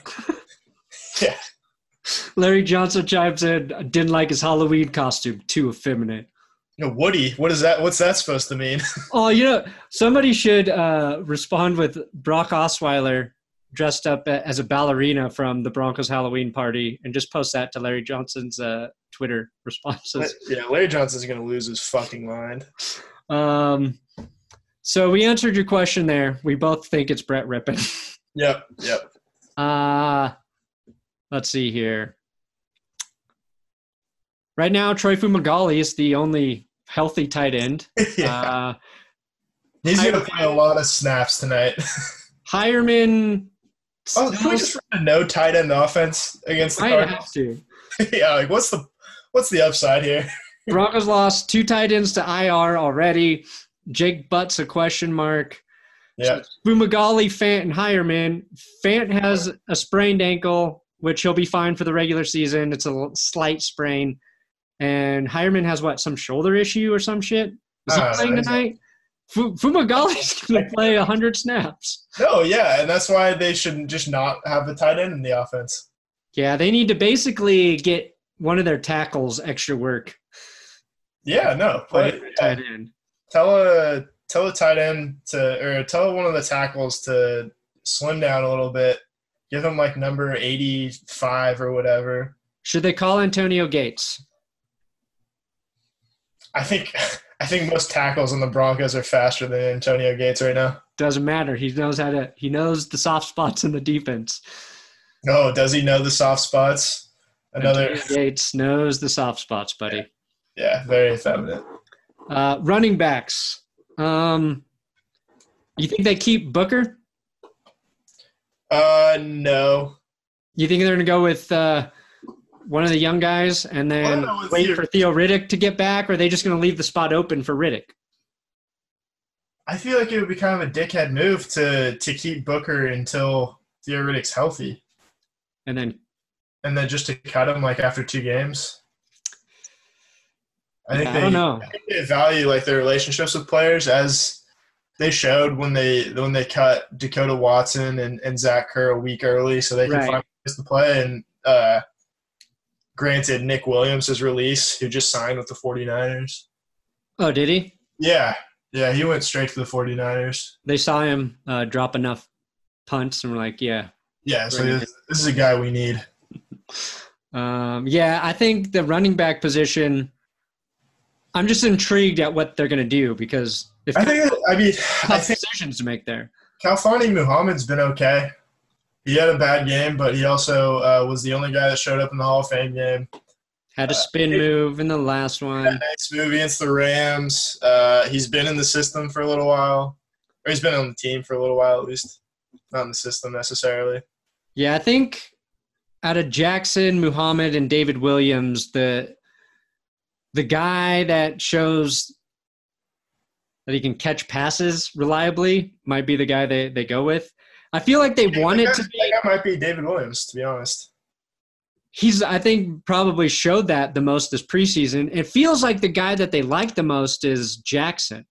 [SPEAKER 1] Larry Johnson chimes in, didn't like his Halloween costume, too effeminate.
[SPEAKER 2] you know, Woody, what is that? What's that supposed to mean?
[SPEAKER 1] Oh, you know, somebody should uh, respond with Brock Osweiler dressed up a- as a ballerina from the Broncos Halloween party and just post that to Larry Johnson's uh, Twitter responses.
[SPEAKER 2] yeah, Larry Johnson's going to lose his fucking mind.
[SPEAKER 1] Um, so we answered your question there. We both think it's Brett Rippin.
[SPEAKER 2] Yep, yep.
[SPEAKER 1] Uh, let's see here. Right now, Troy Fumagalli is the only healthy tight end.
[SPEAKER 2] yeah.
[SPEAKER 1] Uh,
[SPEAKER 2] He's going to play a lot of snaps tonight.
[SPEAKER 1] Hireman.
[SPEAKER 2] oh, can we
[SPEAKER 1] still-
[SPEAKER 2] just run a no tight end offense against the
[SPEAKER 1] I might
[SPEAKER 2] Cardinals?
[SPEAKER 1] have to.
[SPEAKER 2] yeah, like what's the what's the upside here?
[SPEAKER 1] Broncos lost two tight ends to IR already. Jake Butt's a question mark.
[SPEAKER 2] Yeah,
[SPEAKER 1] Fumagalli, Fant, and Hireman. Fant has a sprained ankle, which he'll be fine for the regular season. It's a l- slight sprain. And Hireman has what, some shoulder issue or some shit? Is he
[SPEAKER 2] Ah,
[SPEAKER 1] playing
[SPEAKER 2] that's-
[SPEAKER 1] tonight? Fu- Fumagalli's going to play 100 snaps.
[SPEAKER 2] no, yeah, and that's why they should just not have the tight end in the offense.
[SPEAKER 1] Yeah, they need to basically get one of their tackles extra work.
[SPEAKER 2] Yeah, no, play,
[SPEAKER 1] tight end.
[SPEAKER 2] tell a tell a tight end to or tell one of the tackles to slim down a little bit, give him like number eighty five or whatever.
[SPEAKER 1] Should they call Antonio Gates?
[SPEAKER 2] I think I think most tackles on the Broncos are faster than Antonio Gates right now.
[SPEAKER 1] Doesn't matter. He knows how to. He knows the soft spots in the defense.
[SPEAKER 2] Oh, does he know the soft spots? Another,
[SPEAKER 1] Antonio Gates knows the soft spots, buddy.
[SPEAKER 2] yeah, very effeminate.
[SPEAKER 1] Uh, running backs. Um, you think they keep Booker?
[SPEAKER 2] Uh, no,
[SPEAKER 1] You think they're going to go with uh, one of the young guys and then
[SPEAKER 2] Well, with
[SPEAKER 1] wait
[SPEAKER 2] Theo-
[SPEAKER 1] for Theo Riddick to get back? Or are they just going to leave the spot open for Riddick?
[SPEAKER 2] I feel like it would be kind of a dickhead move to to keep Booker until Theoretic's healthy,
[SPEAKER 1] And then
[SPEAKER 2] and then just to cut him like after two games. I
[SPEAKER 1] I,
[SPEAKER 2] think they
[SPEAKER 1] don't know.
[SPEAKER 2] I think they value like their relationships with players as they showed when they when they cut Dakota Watson and, and Zach Kerr a week early, so they could
[SPEAKER 1] Right.
[SPEAKER 2] find a place to play. And uh, granted, Nick Williams' his release, who just signed with the 49ers.
[SPEAKER 1] Oh, did he?
[SPEAKER 2] Yeah, yeah, he went straight to the 49ers.
[SPEAKER 1] They saw him uh, drop enough punts and were like, yeah.
[SPEAKER 2] Yeah, so
[SPEAKER 1] Bring him
[SPEAKER 2] this, this is a guy we need.
[SPEAKER 1] Um, yeah, I think the running back position. I'm just intrigued at what they're going to do because they've
[SPEAKER 2] I
[SPEAKER 1] got
[SPEAKER 2] think. I mean, I
[SPEAKER 1] tough
[SPEAKER 2] think
[SPEAKER 1] decisions to make there.
[SPEAKER 2] Kalfani Muhammad's been okay. He had a bad game, but he also uh, was the only guy that showed up in the Hall of Fame game.
[SPEAKER 1] Had a
[SPEAKER 2] Uh,
[SPEAKER 1] spin
[SPEAKER 2] it-
[SPEAKER 1] move in the last one.
[SPEAKER 2] Next move against the Rams. Uh, he's been in the system for a little while, or he's been on the team for a little while at least, not in the system necessarily.
[SPEAKER 1] Yeah, I think out of Jackson, Muhammad, and David Williams, the the guy that shows that he can catch passes reliably might be the guy they, they go with. I feel like they want it to
[SPEAKER 2] That-
[SPEAKER 1] be
[SPEAKER 2] That guy might be David Williams, to be honest.
[SPEAKER 1] he's I think probably showed that the most this preseason. It feels like the guy that they like the most is Jackson.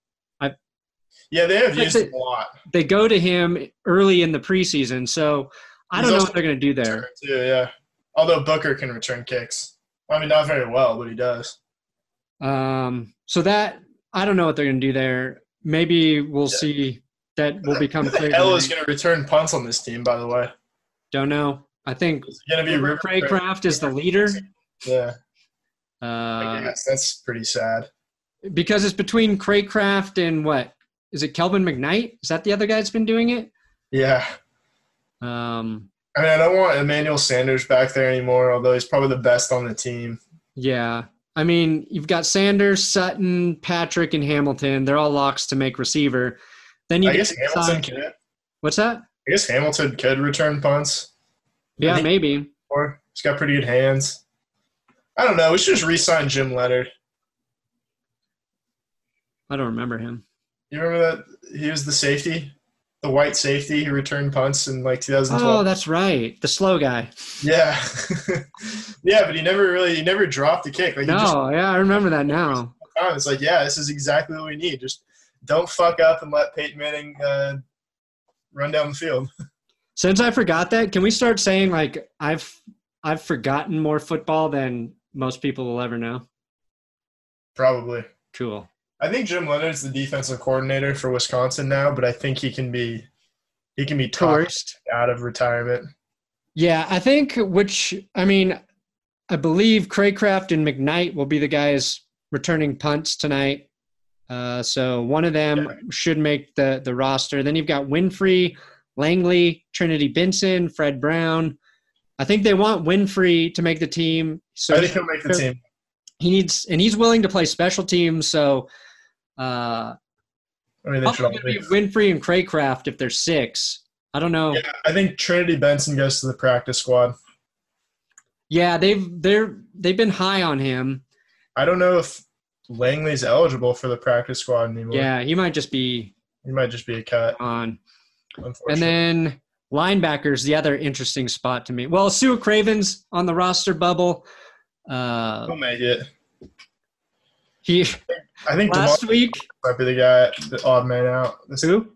[SPEAKER 2] Yeah, they have
[SPEAKER 1] Like
[SPEAKER 2] used
[SPEAKER 1] the-
[SPEAKER 2] him a lot
[SPEAKER 1] They go to him early in the preseason, so I
[SPEAKER 2] He's
[SPEAKER 1] don't know
[SPEAKER 2] also-
[SPEAKER 1] what they're gonna do there.
[SPEAKER 2] too. Yeah, although Booker can return kicks. I mean, not very well, but he does.
[SPEAKER 1] Um, so that I don't know what they're going to do there. Maybe we'll
[SPEAKER 2] Yeah.
[SPEAKER 1] see. That will become
[SPEAKER 2] Who the
[SPEAKER 1] clear.
[SPEAKER 2] hell is going to return punts on this team? By the way,
[SPEAKER 1] don't know. I think
[SPEAKER 2] it's going to be River.
[SPEAKER 1] Craycraft is the leader
[SPEAKER 2] Yeah. I
[SPEAKER 1] uh,
[SPEAKER 2] guess that's pretty sad.
[SPEAKER 1] because it's between Craycraft and what is it? Kelvin McKnight? Is that the other guy that's been doing it?
[SPEAKER 2] Yeah.
[SPEAKER 1] Um,
[SPEAKER 2] I mean, I don't want Emmanuel Sanders back there anymore, although he's probably the best on the team.
[SPEAKER 1] yeah. I mean, you've got Sanders, Sutton, Patrick, and Hamilton. They're all locks to make receiver. Then you
[SPEAKER 2] I guess
[SPEAKER 1] decide-
[SPEAKER 2] Hamilton could, I
[SPEAKER 1] What's that?
[SPEAKER 2] guess Hamilton could return punts,
[SPEAKER 1] Yeah,
[SPEAKER 2] think-
[SPEAKER 1] maybe.
[SPEAKER 2] or he's got pretty good hands. I don't know. We should just re-sign Jim Leonard.
[SPEAKER 1] I don't remember him.
[SPEAKER 2] You remember that he was the safety, the white safety who returned punts in
[SPEAKER 1] Oh,
[SPEAKER 2] like 2012.
[SPEAKER 1] that's right. The slow guy.
[SPEAKER 2] Yeah, yeah, but he never really he never dropped a kick. Like he just
[SPEAKER 1] No, yeah, I remember that now.
[SPEAKER 2] time. It's like, yeah, this is exactly what we need. Just don't fuck up and let Peyton Manning uh, run down the field.
[SPEAKER 1] Since I forgot that, can we start saying like I've I've forgotten more football than most people will ever know?
[SPEAKER 2] Probably.
[SPEAKER 1] Cool.
[SPEAKER 2] I think Jim Leonard's the defensive coordinator for Wisconsin now, but I think he can be he can be talked
[SPEAKER 1] Coerced.
[SPEAKER 2] out of retirement.
[SPEAKER 1] Yeah, I think which I mean, I believe Craycraft and McKnight will be the guys returning punts tonight. Uh, so one of them should make the the roster. Then you've got Winfrey, Langley, Trinity Benson, Fred Brown. I think they want Winfrey to make the team. So
[SPEAKER 2] I think he'll make the team.
[SPEAKER 1] he needs, and he's willing to play special teams. So uh,
[SPEAKER 2] I mean, they
[SPEAKER 1] probably
[SPEAKER 2] should all
[SPEAKER 1] gonna be
[SPEAKER 2] be.
[SPEAKER 1] Winfrey and Craycraft if they're six. I don't know.
[SPEAKER 2] Yeah, I think Trinity Benson goes to the practice squad.
[SPEAKER 1] Yeah, they've they're they've been high on him.
[SPEAKER 2] I don't know if Langley's eligible for the practice squad anymore.
[SPEAKER 1] Yeah, he might just be
[SPEAKER 2] he might just be a cut.
[SPEAKER 1] on.
[SPEAKER 2] Unfortunately,
[SPEAKER 1] And then linebackers, the other interesting spot to me. Well, Sue Craven's on the roster bubble. Uh,
[SPEAKER 2] he'll make it.
[SPEAKER 1] he
[SPEAKER 2] I think
[SPEAKER 1] last
[SPEAKER 2] Demonte
[SPEAKER 1] week.
[SPEAKER 2] might be the guy, the odd man out. This,
[SPEAKER 1] Who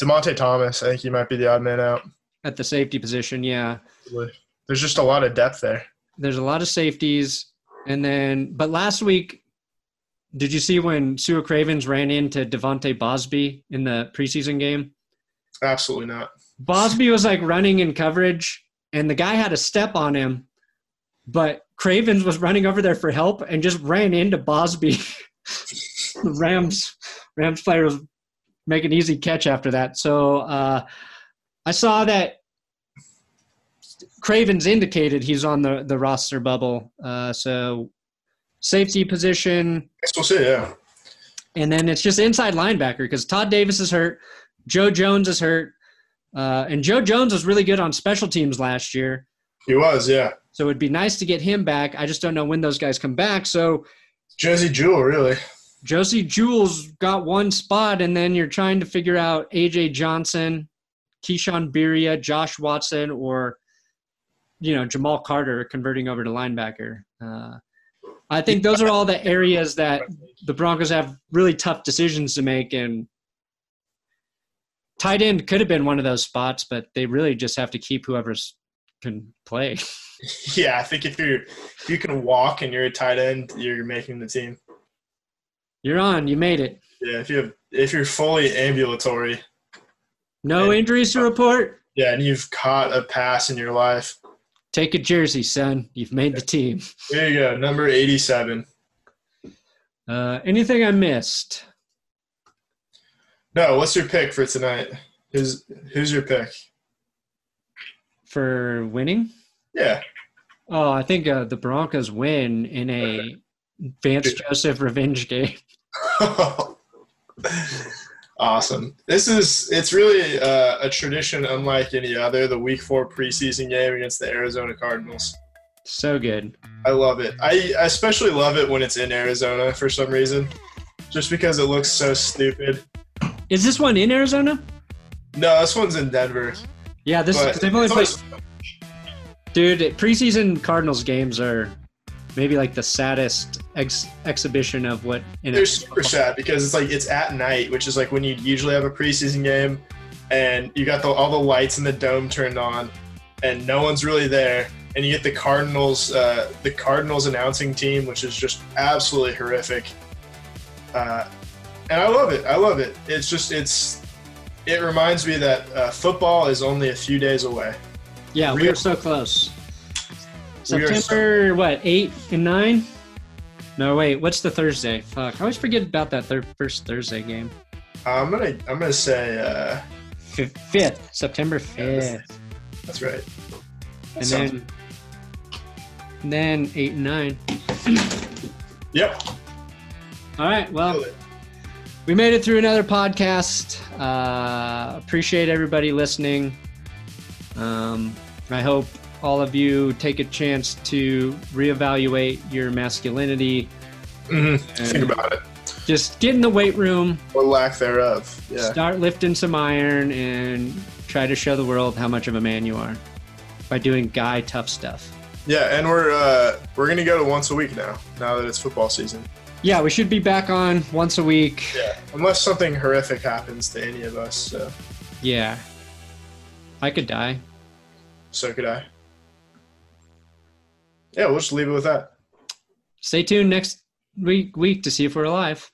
[SPEAKER 2] Demonte Thomas, I think he might be the odd man out.
[SPEAKER 1] at the safety position? Yeah,
[SPEAKER 2] There's just a lot of depth there.
[SPEAKER 1] there's a lot of safeties, and then but last week. Did you see when Sue Cravens ran into Devontae Bosby in the preseason game?
[SPEAKER 2] Absolutely not.
[SPEAKER 1] Bosby was like running in coverage, and the guy had a step on him, but Cravens was running over there for help and just ran into Bosby. the Rams Rams player was make an easy catch after that. So uh, I saw that Cravens indicated he's on the the roster bubble. Uh, so safety position,
[SPEAKER 2] Guess we'll see. Yeah.
[SPEAKER 1] and then it's just inside linebacker because Todd Davis is hurt, Joe Jones is hurt, uh, and Joe Jones was really good on special teams last year.
[SPEAKER 2] He was, yeah.
[SPEAKER 1] So it'd be nice to get him back. I just don't know when those guys come back. So
[SPEAKER 2] Josie Jewell, really.
[SPEAKER 1] Josie Jewell's got one spot, and then you're trying to figure out AJ Johnson, Keyshawn Beria, Josh Watson, or you know Jamal Carter converting over to linebacker. Uh, I think those are all the areas that the Broncos have really tough decisions to make, and tight end could have been one of those spots, but they really just have to keep whoever's can play.
[SPEAKER 2] Yeah, I think if you're if you can walk and you're a tight end, you're making the team.
[SPEAKER 1] You're on. You made it.
[SPEAKER 2] Yeah, if you have if you're fully ambulatory,
[SPEAKER 1] No injuries to report.
[SPEAKER 2] yeah, and you've caught a pass in your life.
[SPEAKER 1] Take a jersey, son. You've made the team.
[SPEAKER 2] There you go, number eighty-seven.
[SPEAKER 1] Uh, anything I missed?
[SPEAKER 2] No, what's your pick for tonight? Who's who's your pick?
[SPEAKER 1] for winning?
[SPEAKER 2] Yeah,
[SPEAKER 1] Oh, I think uh, the Broncos win in a Vance Joseph revenge game.
[SPEAKER 2] awesome. This is it's really uh, a tradition unlike any other. The Week Four preseason game against the Arizona Cardinals.
[SPEAKER 1] So good.
[SPEAKER 2] I love it. I I especially love it when it's in Arizona for some reason, just because it looks so stupid.
[SPEAKER 1] Is this one in Arizona?
[SPEAKER 2] No, this one's in Denver.
[SPEAKER 1] Yeah, this
[SPEAKER 2] but
[SPEAKER 1] cause they've only
[SPEAKER 2] it's
[SPEAKER 1] played.
[SPEAKER 2] always-
[SPEAKER 1] Dude, preseason Cardinals games are maybe like the saddest ex- exhibition of what. In
[SPEAKER 2] they're super sad because it's like it's at night, which is like when you usually have a preseason game, and you got the, all the lights in the dome turned on, and no one's really there, and you get the Cardinals, uh, the Cardinals announcing team, which is just absolutely horrific. Uh, and I love it. I love it. It's just it's it reminds me that uh, football is only a few days away.
[SPEAKER 1] yeah, we
[SPEAKER 2] real-
[SPEAKER 1] are so close.
[SPEAKER 2] We are so-
[SPEAKER 1] September what eight and nine? No, wait. What's the Thursday? Fuck, I always forget about that thir- first Thursday game.
[SPEAKER 2] I'm gonna I'm gonna say uh,
[SPEAKER 1] Fif- Fifth, September
[SPEAKER 2] that's-
[SPEAKER 1] fifth.
[SPEAKER 2] that's right.
[SPEAKER 1] and
[SPEAKER 2] Sounds-
[SPEAKER 1] then and then eight and nine.
[SPEAKER 2] yep.
[SPEAKER 1] All right. Well,
[SPEAKER 2] totally.
[SPEAKER 1] we made it through another podcast. Uh, appreciate everybody listening. Um, I hope all of you take a chance to reevaluate your masculinity.
[SPEAKER 2] Mhm. Think
[SPEAKER 1] And
[SPEAKER 2] about it
[SPEAKER 1] just get in the weight room,
[SPEAKER 2] or lack thereof. Yeah.
[SPEAKER 1] start lifting some iron, and try to show the world how much of a man you are by doing guy tough stuff.
[SPEAKER 2] Yeah, and we're uh, we're gonna go to once a week now. Now that it's football season,
[SPEAKER 1] Yeah, we should be back on once a week.
[SPEAKER 2] yeah. Unless something horrific happens to any of us, so,
[SPEAKER 1] Yeah. I could die.
[SPEAKER 2] so could I. Yeah, we'll just leave it with that.
[SPEAKER 1] Stay tuned next week week to see if we're alive.